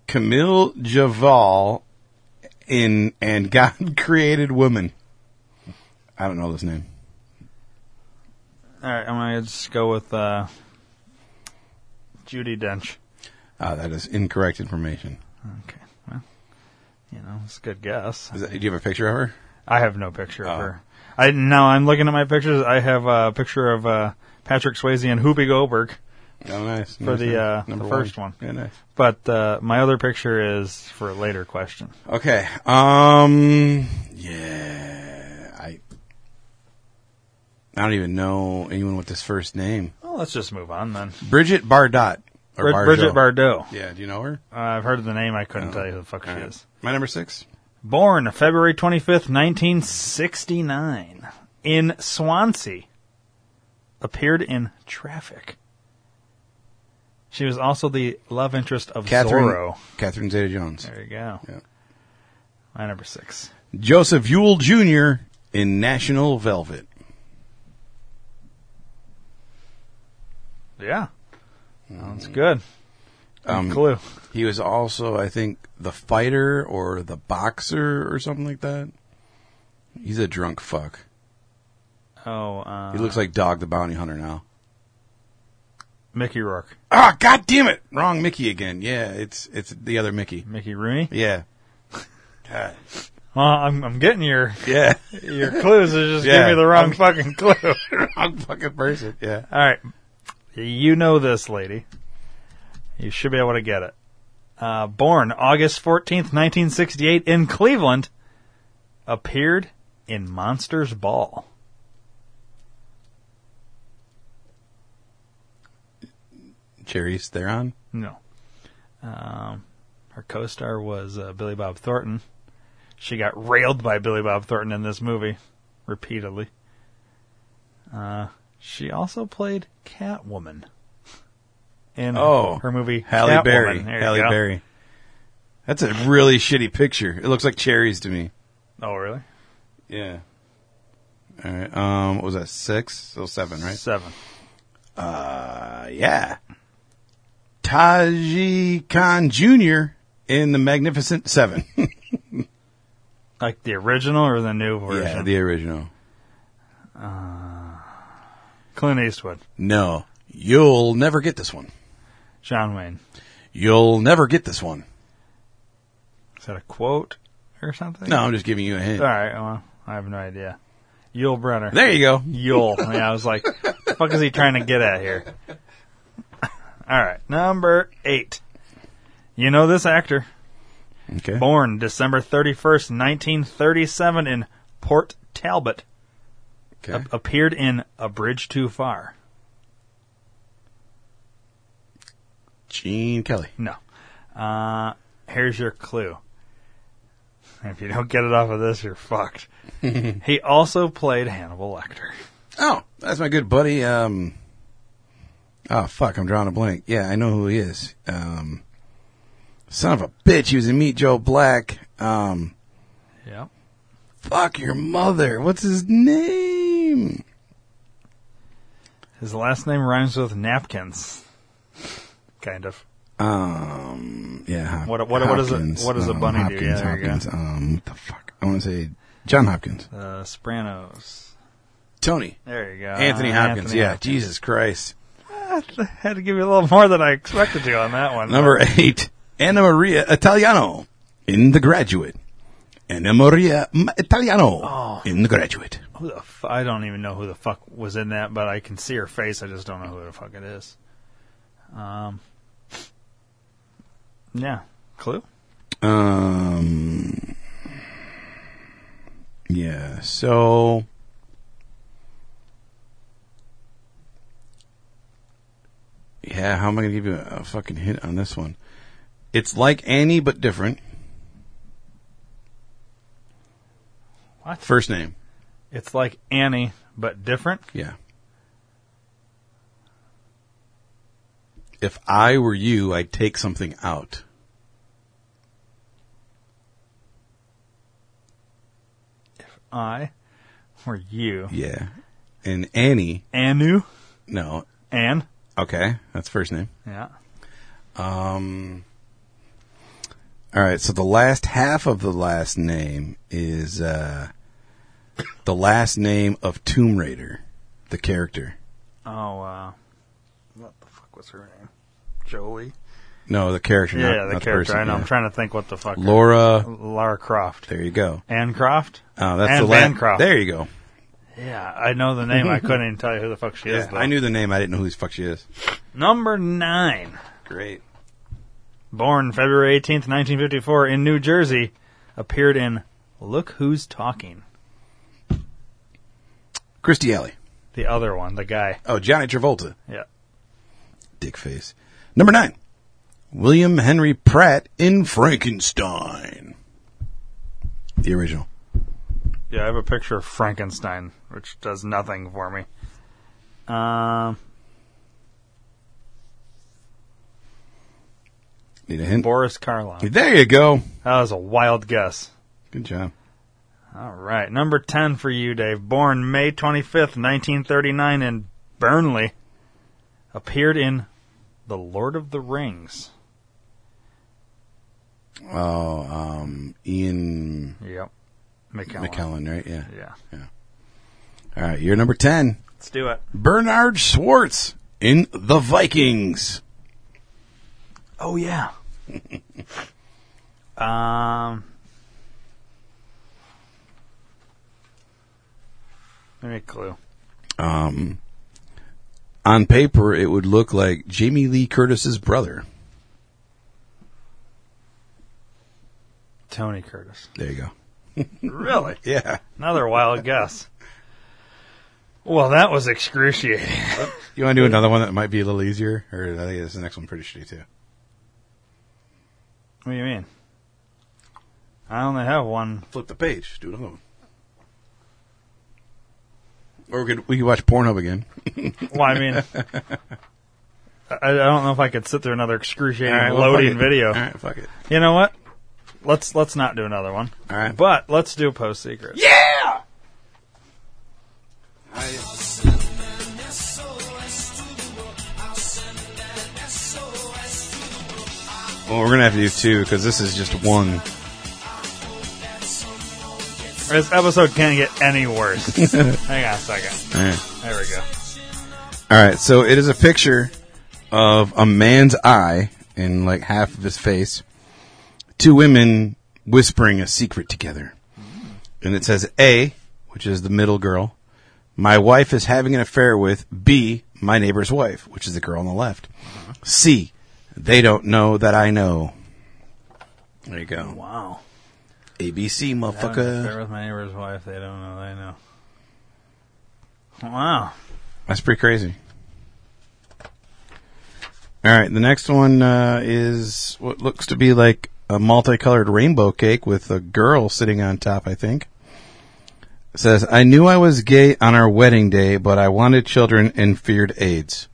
Speaker 2: Camille Javal in And God Created Woman. I don't know this name.
Speaker 1: All right, I'm going to just go with uh, Judy Dench.
Speaker 2: Ah, that is incorrect information.
Speaker 1: Okay. Well, you know, it's a good guess.
Speaker 2: Is that, do you have a picture of her?
Speaker 1: I have no picture of
Speaker 2: Oh.
Speaker 1: her. I Now I'm looking at my pictures. I have a picture of uh, Patrick Swayze and Whoopi Goldberg,
Speaker 2: Oh, nice.
Speaker 1: For the, uh, the first one.
Speaker 2: Yeah, nice.
Speaker 1: but uh, my other picture is for a later question.
Speaker 2: Okay. Um. Yeah. I. I don't even know anyone with this first name.
Speaker 1: Well, let's just move on then.
Speaker 2: Bridget Bardot. Or
Speaker 1: Brid-
Speaker 2: Bardot.
Speaker 1: Bridget Bardot.
Speaker 2: Yeah. Do you know her?
Speaker 1: Uh, I've heard the name. I couldn't tell you who the fuck
Speaker 2: All
Speaker 1: she
Speaker 2: right.
Speaker 1: is.
Speaker 2: My number six.
Speaker 1: Born February 25th, 1969, in Swansea. Appeared in Traffic. She was also the love interest of
Speaker 2: Catherine.
Speaker 1: Zorro.
Speaker 2: Catherine Zeta-Jones.
Speaker 1: There you go.
Speaker 2: Yeah.
Speaker 1: My number six.
Speaker 2: Joseph Yule Jr. in National Velvet.
Speaker 1: Yeah. Sounds good.
Speaker 2: Um,
Speaker 1: Clue.
Speaker 2: He was also, I think, the fighter or the boxer or something like that. He's a drunk fuck.
Speaker 1: Oh, uh,
Speaker 2: He looks like Dog the Bounty Hunter now.
Speaker 1: Mickey Rourke.
Speaker 2: Ah, god damn it! Wrong Mickey again. Yeah, it's it's the other Mickey.
Speaker 1: Mickey Rooney.
Speaker 2: Yeah. God.
Speaker 1: Well, I'm, I'm getting your
Speaker 2: Yeah.
Speaker 1: your clues. It's just
Speaker 2: Yeah.
Speaker 1: give me the wrong fucking clue.
Speaker 2: Wrong fucking person. Yeah.
Speaker 1: All right. You know this lady. You should be able to get it. Uh, born August 14th, 1968 in Cleveland, appeared in Monsters Ball.
Speaker 2: Cherries Theron.
Speaker 1: No. Um, her co-star was uh, Billy Bob Thornton. She got railed by Billy Bob Thornton in this movie repeatedly. Uh, she also played Catwoman in
Speaker 2: Oh,
Speaker 1: her movie
Speaker 2: Halle
Speaker 1: Catwoman.
Speaker 2: Berry.
Speaker 1: There you
Speaker 2: Halle
Speaker 1: go.
Speaker 2: Berry. That's a really shitty picture. It looks like cherries to me.
Speaker 1: Oh, really?
Speaker 2: Yeah. All right. Um. What was that? Six? So seven, right?
Speaker 1: Seven.
Speaker 2: Uh. Yeah. Taji Khan Jr. in the Magnificent Seven.
Speaker 1: Like the original or the new version?
Speaker 2: yeah, the original.
Speaker 1: Clint Eastwood,
Speaker 2: No, you'll never get this one.
Speaker 1: John Wayne.
Speaker 2: You'll never get this one.
Speaker 1: Is that a quote or something?
Speaker 2: No, I'm just giving you a hint.
Speaker 1: All right. Well, I have no idea. Yul Brenner.
Speaker 2: There you go.
Speaker 1: Yule. Yeah, I was like, what the fuck is he trying to get at here? All right, number eight. You know this actor.
Speaker 2: Okay.
Speaker 1: Born December 31st, 1937, in Port Talbot.
Speaker 2: Okay.
Speaker 1: A- appeared in A Bridge Too Far.
Speaker 2: Gene Kelly.
Speaker 1: No. Uh, here's your clue. If you don't get it off of this, you're fucked. he also played Hannibal Lecter.
Speaker 2: Oh, that's my good buddy. Um, oh fuck, I'm drawing a blank. Yeah, I know who he is. Um, son of a bitch, he was in Meet Joe Black. Um,
Speaker 1: Yep.
Speaker 2: fuck your mother. What's his name?
Speaker 1: His last name rhymes with napkins. Kind of.
Speaker 2: Um, yeah. Hop-
Speaker 1: What- what- what is a- what does a
Speaker 2: um,
Speaker 1: bunny do?
Speaker 2: Hopkins,
Speaker 1: Yeah, there you go.
Speaker 2: Hopkins. Um, what the fuck? I want to say John Hopkins.
Speaker 1: Uh, Sopranos.
Speaker 2: Tony.
Speaker 1: There you go.
Speaker 2: Anthony Hopkins.
Speaker 1: Ah, Anthony
Speaker 2: yeah.
Speaker 1: Hopkins.
Speaker 2: Jesus Christ.
Speaker 1: I had to give you a little more than I expected you on that one.
Speaker 2: Number eight, Anna Maria Italiano in The Graduate. Anna Maria M- Italiano in The Graduate.
Speaker 1: Who the f- I don't even know who the fuck was in that, but I can see her face. I just don't know who the fuck it is. Um. Yeah. Clue.
Speaker 2: Um, yeah, so. Yeah, how am I going to give you a, a fucking hint on this one? It's like Annie, but different.
Speaker 1: What?
Speaker 2: First name.
Speaker 1: It's like Annie, but different.
Speaker 2: Yeah. If I were you, I'd take something out.
Speaker 1: I or you.
Speaker 2: Yeah. And Annie,
Speaker 1: Anu.
Speaker 2: no.
Speaker 1: Ann.
Speaker 2: Okay, that's first name.
Speaker 1: Yeah.
Speaker 2: Um. All right, so the last half of the last name is uh, the last name of Tomb Raider, the character.
Speaker 1: Oh. Uh, what the fuck was her name? Jolie.
Speaker 2: No, the character.
Speaker 1: Yeah,
Speaker 2: not,
Speaker 1: the
Speaker 2: not
Speaker 1: character.
Speaker 2: person,
Speaker 1: I know.
Speaker 2: yeah.
Speaker 1: I'm trying to think what the fuck.
Speaker 2: Laura.
Speaker 1: Lara Croft.
Speaker 2: There you go.
Speaker 1: Ann Croft.
Speaker 2: Oh, that's
Speaker 1: Anne
Speaker 2: the last.
Speaker 1: Bancroft.
Speaker 2: There you go.
Speaker 1: Yeah, I know the name. I couldn't even tell you who the fuck she is.
Speaker 2: Yeah,
Speaker 1: Though.
Speaker 2: I knew the name. I didn't know who the fuck she is.
Speaker 1: Number nine.
Speaker 2: Great.
Speaker 1: born February 18th, 1954, in New Jersey, appeared in Look Who's Talking.
Speaker 2: Christy Alley.
Speaker 1: The other one, the guy.
Speaker 2: Oh, Johnny Travolta.
Speaker 1: Yeah.
Speaker 2: Dick face. Number nine. William Henry Pratt in Frankenstein. The original.
Speaker 1: Yeah, I have a picture of Frankenstein, which does nothing for me. Um,
Speaker 2: Need a hint?
Speaker 1: Boris Karloff.
Speaker 2: There you go.
Speaker 1: That was a wild guess.
Speaker 2: Good job.
Speaker 1: All right, number 10 for you, Dave. Born May 25th, 1939, in Burnley, appeared in The Lord of the Rings.
Speaker 2: Oh, um, Ian
Speaker 1: Yep. McKellen.
Speaker 2: McKellen, right? Yeah.
Speaker 1: Yeah.
Speaker 2: All right, you're number 10.
Speaker 1: Let's do it.
Speaker 2: Bernard Schwartz in The Vikings.
Speaker 1: Oh yeah. um. Give me a clue.
Speaker 2: Um, on paper, it would look like Jamie Lee Curtis's brother.
Speaker 1: Tony Curtis.
Speaker 2: There you go.
Speaker 1: Really?
Speaker 2: Yeah.
Speaker 1: Another wild guess. Well, that was excruciating.
Speaker 2: You want to do another one that might be a little easier? Or I think this the next one pretty shitty, too.
Speaker 1: What do you mean? I only have one.
Speaker 2: Flip the page. Do another one. Or we could, we could watch Pornhub again.
Speaker 1: Well, I mean, I, I don't know if I could sit through another excruciating
Speaker 2: All right, well, fuck
Speaker 1: loading
Speaker 2: it.
Speaker 1: video.
Speaker 2: All right, fuck it.
Speaker 1: You know what? Let's let's not do another one.
Speaker 2: All right.
Speaker 1: But let's do post secret.
Speaker 2: yeah! Well, we're going to have to do two because this is just one.
Speaker 1: This episode can't get any worse. Hang on a second.
Speaker 2: All right.
Speaker 1: There we go.
Speaker 2: All right, so it is a picture of a man's eye in like half of his face, two women whispering a secret together. And it says A, which is the middle girl, my wife is having an affair with B, my neighbor's wife, which is the girl on the left. C, they don't know that I know. There you go.
Speaker 1: Wow.
Speaker 2: ABC,
Speaker 1: I don't compare
Speaker 2: motherfucker.
Speaker 1: with my neighbor's wife. They don't know. They know. Wow.
Speaker 2: That's pretty crazy. All right, the next one uh, is what looks to be like a multicolored rainbow cake with a girl sitting on top, I think. It says, I knew I was gay on our wedding day, but I wanted children and feared AIDS.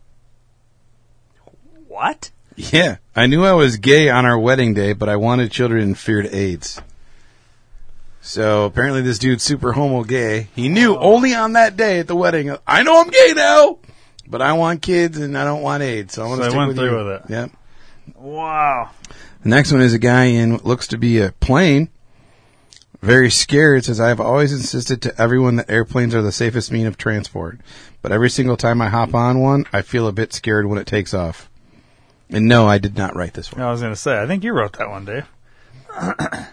Speaker 1: What?
Speaker 2: Yeah, I knew I was gay on our wedding day, but I wanted children and feared AIDS. So apparently, this dude's super homo gay. He
Speaker 1: Oh.
Speaker 2: knew only on that day at the wedding. I know I'm gay now, but I want kids and I don't want AIDS. So I'm
Speaker 1: So
Speaker 2: gonna
Speaker 1: they
Speaker 2: stick
Speaker 1: went
Speaker 2: with
Speaker 1: through
Speaker 2: you.
Speaker 1: with it.
Speaker 2: Yep.
Speaker 1: Wow.
Speaker 2: The next one is a guy in what looks to be a plane. Very scared, says, I have always insisted to everyone that airplanes are the safest mean of transport. But every single time I hop on one, I feel a bit scared when it takes off. And no, I did not write this one.
Speaker 1: I was going to say, I think you wrote that one, Dave.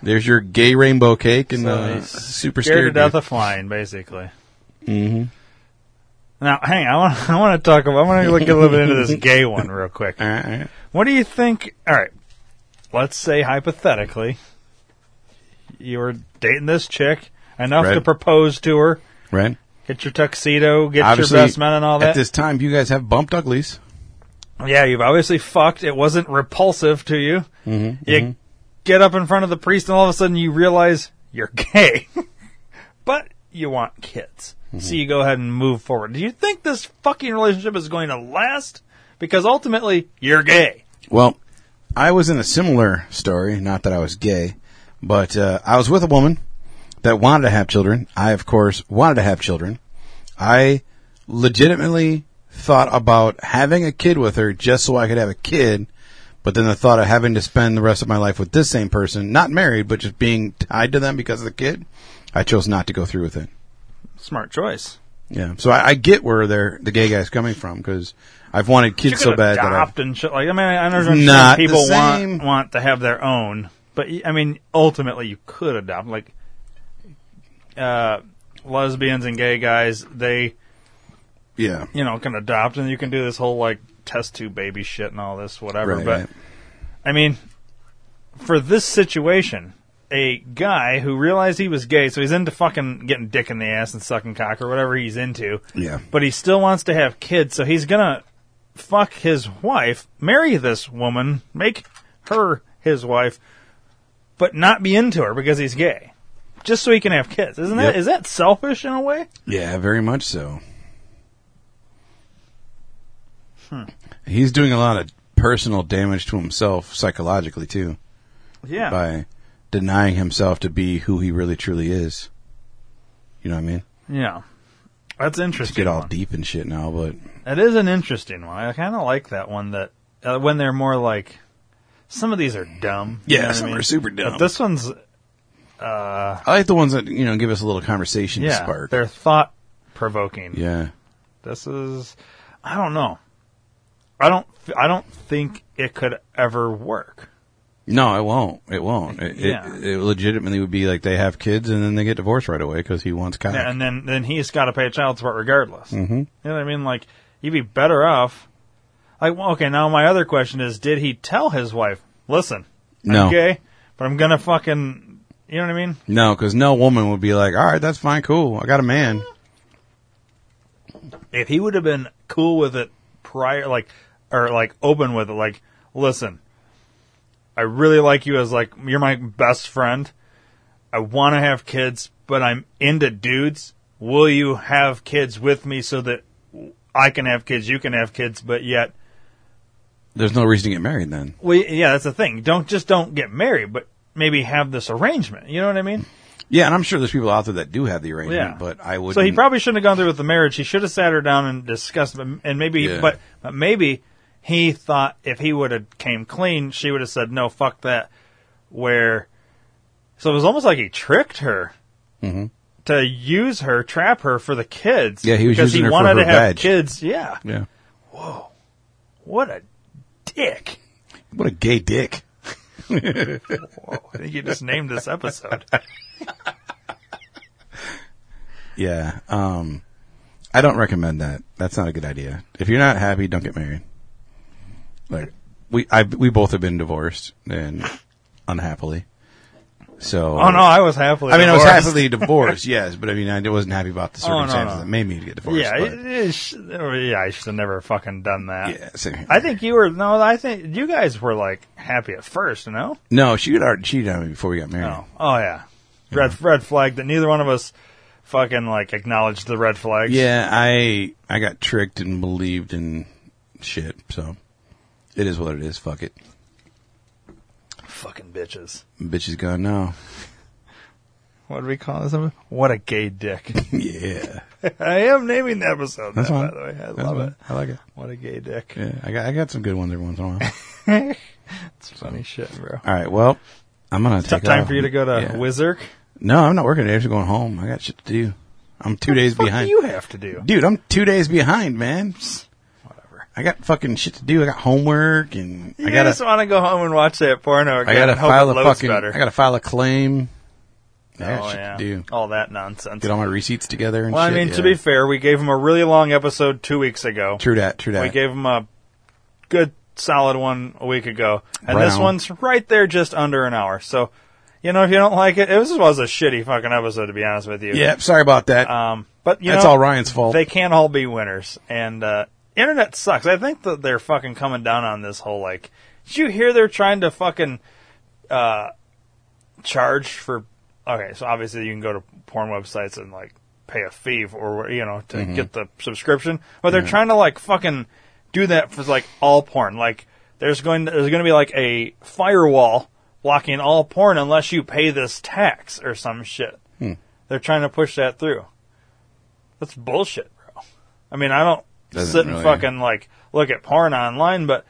Speaker 2: There's your gay rainbow cake and uh,
Speaker 1: he's
Speaker 2: super
Speaker 1: Scared to
Speaker 2: scared.
Speaker 1: death of flying, basically.
Speaker 2: mm-hmm.
Speaker 1: Now, hang on. I want, I want to talk about, I want to look a little bit into this gay one real quick.
Speaker 2: All right, all right.
Speaker 1: What do you think? All right. Let's say hypothetically, you were dating this chick enough
Speaker 2: Right.
Speaker 1: to propose to her,
Speaker 2: Right.
Speaker 1: get your tuxedo, get
Speaker 2: Obviously,
Speaker 1: your best man and all that.
Speaker 2: At this time, you guys have bumped uglies.
Speaker 1: yeah, you've obviously fucked. It wasn't repulsive to you.
Speaker 2: Mm-hmm,
Speaker 1: You get up in front of the priest, and all of a sudden you realize you're gay, but you want kids.
Speaker 2: Mm-hmm.
Speaker 1: So you go ahead and move forward. Do you think this fucking relationship is going to last? Because ultimately, you're gay.
Speaker 2: Well, I was in a similar story. Not that I was gay, but uh, I was with a woman that wanted to have children. I, of course, wanted to have children. I legitimately thought about having a kid with her just so I could have a kid. But then the thought of having to spend the rest of my life with this same person, not married, but just being tied to them because of the kid, I chose not to go through with it.
Speaker 1: Smart choice.
Speaker 2: Yeah, so I, I get where they're the gay guys coming from because I've wanted
Speaker 1: you
Speaker 2: kids
Speaker 1: could
Speaker 2: so bad that I,
Speaker 1: adopt and shit. Like I mean, I understand
Speaker 2: Not the
Speaker 1: people
Speaker 2: same.
Speaker 1: want want to have their own, but y- I mean, ultimately, you could adopt. Like uh, lesbians and gay guys, they
Speaker 2: yeah,
Speaker 1: you know can adopt, and you can do this whole like test tube baby shit and all this whatever.
Speaker 2: Right,
Speaker 1: but
Speaker 2: right.
Speaker 1: I mean, for this situation. A guy who realized he was gay, so he's into fucking getting dick in the ass and sucking cock or whatever he's into
Speaker 2: yeah,
Speaker 1: but he still wants to have kids, so he's gonna fuck his wife, marry this woman, make her his wife, but not be into her because he's gay, just so he can have kids. Isn't
Speaker 2: Yep.
Speaker 1: that is that selfish in a way?
Speaker 2: yeah, very much so.
Speaker 1: Hmm.
Speaker 2: He's doing a lot of personal damage to himself psychologically too
Speaker 1: Yeah,
Speaker 2: by denying himself to be who he really truly is. You know what I mean?
Speaker 1: yeah. That's
Speaker 2: To
Speaker 1: interesting.
Speaker 2: get all
Speaker 1: one.
Speaker 2: deep and shit now, but
Speaker 1: That is an interesting one. I kind of like that one. That uh, when they're more like some of these are dumb. you know what I mean?
Speaker 2: super
Speaker 1: But this one's
Speaker 2: I like the ones that you know give us a little conversation
Speaker 1: yeah,
Speaker 2: spark.
Speaker 1: they're thought provoking.
Speaker 2: Yeah,
Speaker 1: This is I don't know. I don't I don't think it could ever work.
Speaker 2: No, it won't. It won't. It,
Speaker 1: Yeah.
Speaker 2: it, it legitimately would be like they have kids and then they get divorced right away because he wants cock.
Speaker 1: And then then he's got to pay child support regardless.
Speaker 2: Mhm.
Speaker 1: You know what I mean? Like you'd be better off. Like well, okay, now my other question is: Did he tell his wife, "Listen, I'm
Speaker 2: No.
Speaker 1: gay, but I'm gonna fucking," you know what I mean?
Speaker 2: No, because no woman would be like, all right, that's fine, cool. I got a man.
Speaker 1: If he would have been cool with it prior, like or like open with it, like, "Listen, I really like you as like you're my best friend. I want to have kids, but I'm into dudes. Will you have kids with me so that I can have kids, you can have kids, but yet,
Speaker 2: There's no reason to get married then.
Speaker 1: well, yeah, that's the thing. Don't just don't get married, but maybe have this arrangement. You know what I mean?
Speaker 2: Yeah, and I'm sure there's people out there that do have the arrangement,
Speaker 1: Yeah.
Speaker 2: but I would.
Speaker 1: So he probably shouldn't have gone through with the marriage. He should have sat her down and discussed, but- and maybe,
Speaker 2: Yeah.
Speaker 1: but, but maybe he thought if he would have came clean, she would have said, no, fuck that. Where, so it was almost like he tricked her
Speaker 2: Mm-hmm.
Speaker 1: to use her, trap her for the kids.
Speaker 2: Yeah, he was
Speaker 1: because
Speaker 2: using
Speaker 1: he
Speaker 2: her for
Speaker 1: wanted to
Speaker 2: her
Speaker 1: have
Speaker 2: badge.
Speaker 1: kids. Yeah.
Speaker 2: Yeah.
Speaker 1: What a dick.
Speaker 2: What a gay dick.
Speaker 1: I think you just named this episode.
Speaker 2: Oh, Yeah. Um, I don't recommend that. That's not a good idea. If you're not happy, don't get married. Like we, I, we both have been divorced, and unhappily. So
Speaker 1: Oh no, I was happily.
Speaker 2: I mean, I was
Speaker 1: divorced.
Speaker 2: happily divorced, yes, but I mean, I wasn't happy about the
Speaker 1: Oh, no,
Speaker 2: circumstances
Speaker 1: no.
Speaker 2: that made me get divorced.
Speaker 1: Yeah,
Speaker 2: but-
Speaker 1: it, it sh- oh, yeah, I should have never fucking done that.
Speaker 2: yeah, same here.
Speaker 1: I think you were no. I think you guys were like happy at first, you know?
Speaker 2: no, she had already cheated on me before we got married.
Speaker 1: Oh, oh yeah. Red red flag that neither one of us fucking like acknowledged the red flags.
Speaker 2: Yeah, I I got tricked and believed in shit. So it is what it is. Fuck it.
Speaker 1: fucking bitches.
Speaker 2: Bitch is gone now.
Speaker 1: What do we call this? What a gay dick.
Speaker 2: yeah,
Speaker 1: I am naming the episode.
Speaker 2: that's
Speaker 1: that,
Speaker 2: fine.
Speaker 1: by the way, I
Speaker 2: That's
Speaker 1: love
Speaker 2: fine.
Speaker 1: it.
Speaker 2: I like it.
Speaker 1: What a gay dick.
Speaker 2: Yeah, I got I got some good ones every once in a while.
Speaker 1: It's funny shit, bro.
Speaker 2: All right, well, I'm gonna
Speaker 1: It's not
Speaker 2: take
Speaker 1: time
Speaker 2: off.
Speaker 1: for you to go to
Speaker 2: Yeah.
Speaker 1: Wizark.
Speaker 2: No, I'm not working today. I'm just going home. I got shit to do. I'm two days
Speaker 1: What
Speaker 2: behind.
Speaker 1: do you have to do?
Speaker 2: Dude, I'm two days behind, man. Whatever. I got fucking shit to do. I got homework and
Speaker 1: You
Speaker 2: I gotta
Speaker 1: just want to go home and watch that porno again.
Speaker 2: I gotta
Speaker 1: and hope
Speaker 2: file
Speaker 1: it
Speaker 2: a
Speaker 1: loads
Speaker 2: fucking
Speaker 1: better.
Speaker 2: I gotta file a claim. I got
Speaker 1: oh,
Speaker 2: shit
Speaker 1: yeah.
Speaker 2: to do.
Speaker 1: All that nonsense.
Speaker 2: Get all my receipts together and
Speaker 1: Well, I
Speaker 2: shit,
Speaker 1: mean,
Speaker 2: yeah.
Speaker 1: to be fair, we gave him a really long episode two weeks ago.
Speaker 2: True that, true that.
Speaker 1: We gave him a good, solid one a week ago, and
Speaker 2: Right
Speaker 1: this
Speaker 2: on.
Speaker 1: one's right there, just under an hour. So, you know, if you don't like it, this was a shitty fucking episode, to be honest with you.
Speaker 2: yeah, sorry about that.
Speaker 1: Um, but you
Speaker 2: That's
Speaker 1: know,
Speaker 2: all Ryan's fault.
Speaker 1: They can't all be winners, and uh, internet sucks. I think that they're fucking coming down on this whole like. Did you hear they're trying to fucking uh, charge for? Okay, so obviously you can go to porn websites and like pay a fee or you know to
Speaker 2: Mm-hmm.
Speaker 1: get the subscription, but they're trying to like fucking do that for like all porn. Like there's going to, there's going to be like a firewall blocking all porn unless you pay this tax or some shit.
Speaker 2: Hmm.
Speaker 1: They're trying to push that through. That's bullshit, bro. I mean, I don't
Speaker 2: Doesn't
Speaker 1: sit and
Speaker 2: really-
Speaker 1: fucking like look at porn online, but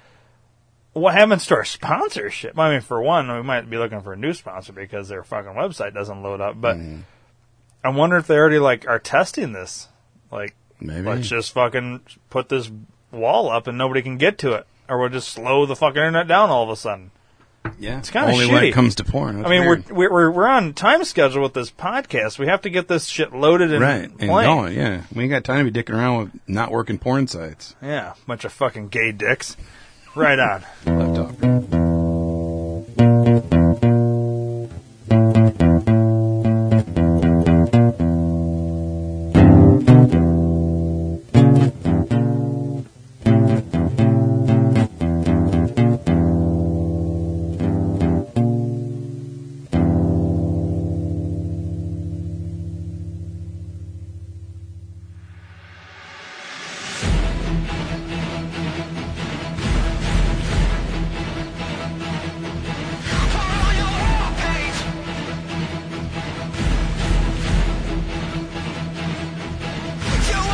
Speaker 1: what happens to our sponsorship? I mean, for one, we might be looking for a new sponsor because their fucking website doesn't load up. But
Speaker 2: Mm.
Speaker 1: I wonder if they already like are testing this. Like,
Speaker 2: Maybe.
Speaker 1: let's just fucking put this wall up and nobody can get to it, or we'll just slow the fucking internet down all of a sudden.
Speaker 2: yeah, it's
Speaker 1: kinda
Speaker 2: only when
Speaker 1: shitty.
Speaker 2: it comes to porn.
Speaker 1: I mean, we're, we're we're we're on time schedule with this podcast. We have to get this shit loaded and
Speaker 2: right and
Speaker 1: playing.
Speaker 2: going. Yeah, we ain't got time to be dicking around with not working porn sites.
Speaker 1: Yeah, bunch of fucking gay dicks. Right on.
Speaker 2: Left off.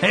Speaker 1: Hey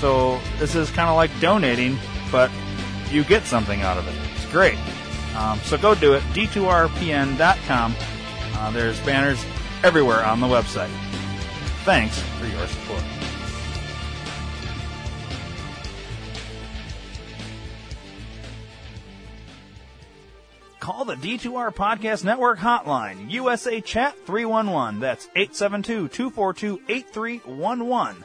Speaker 1: So this is kind of like donating, but you get something out of it. It's great. Um, so go do it. D2RPN.com. Uh, there's banners everywhere on the website. Thanks for your support. call the D2R Podcast Network hotline, USA Chat 311. That's 872 242 8311.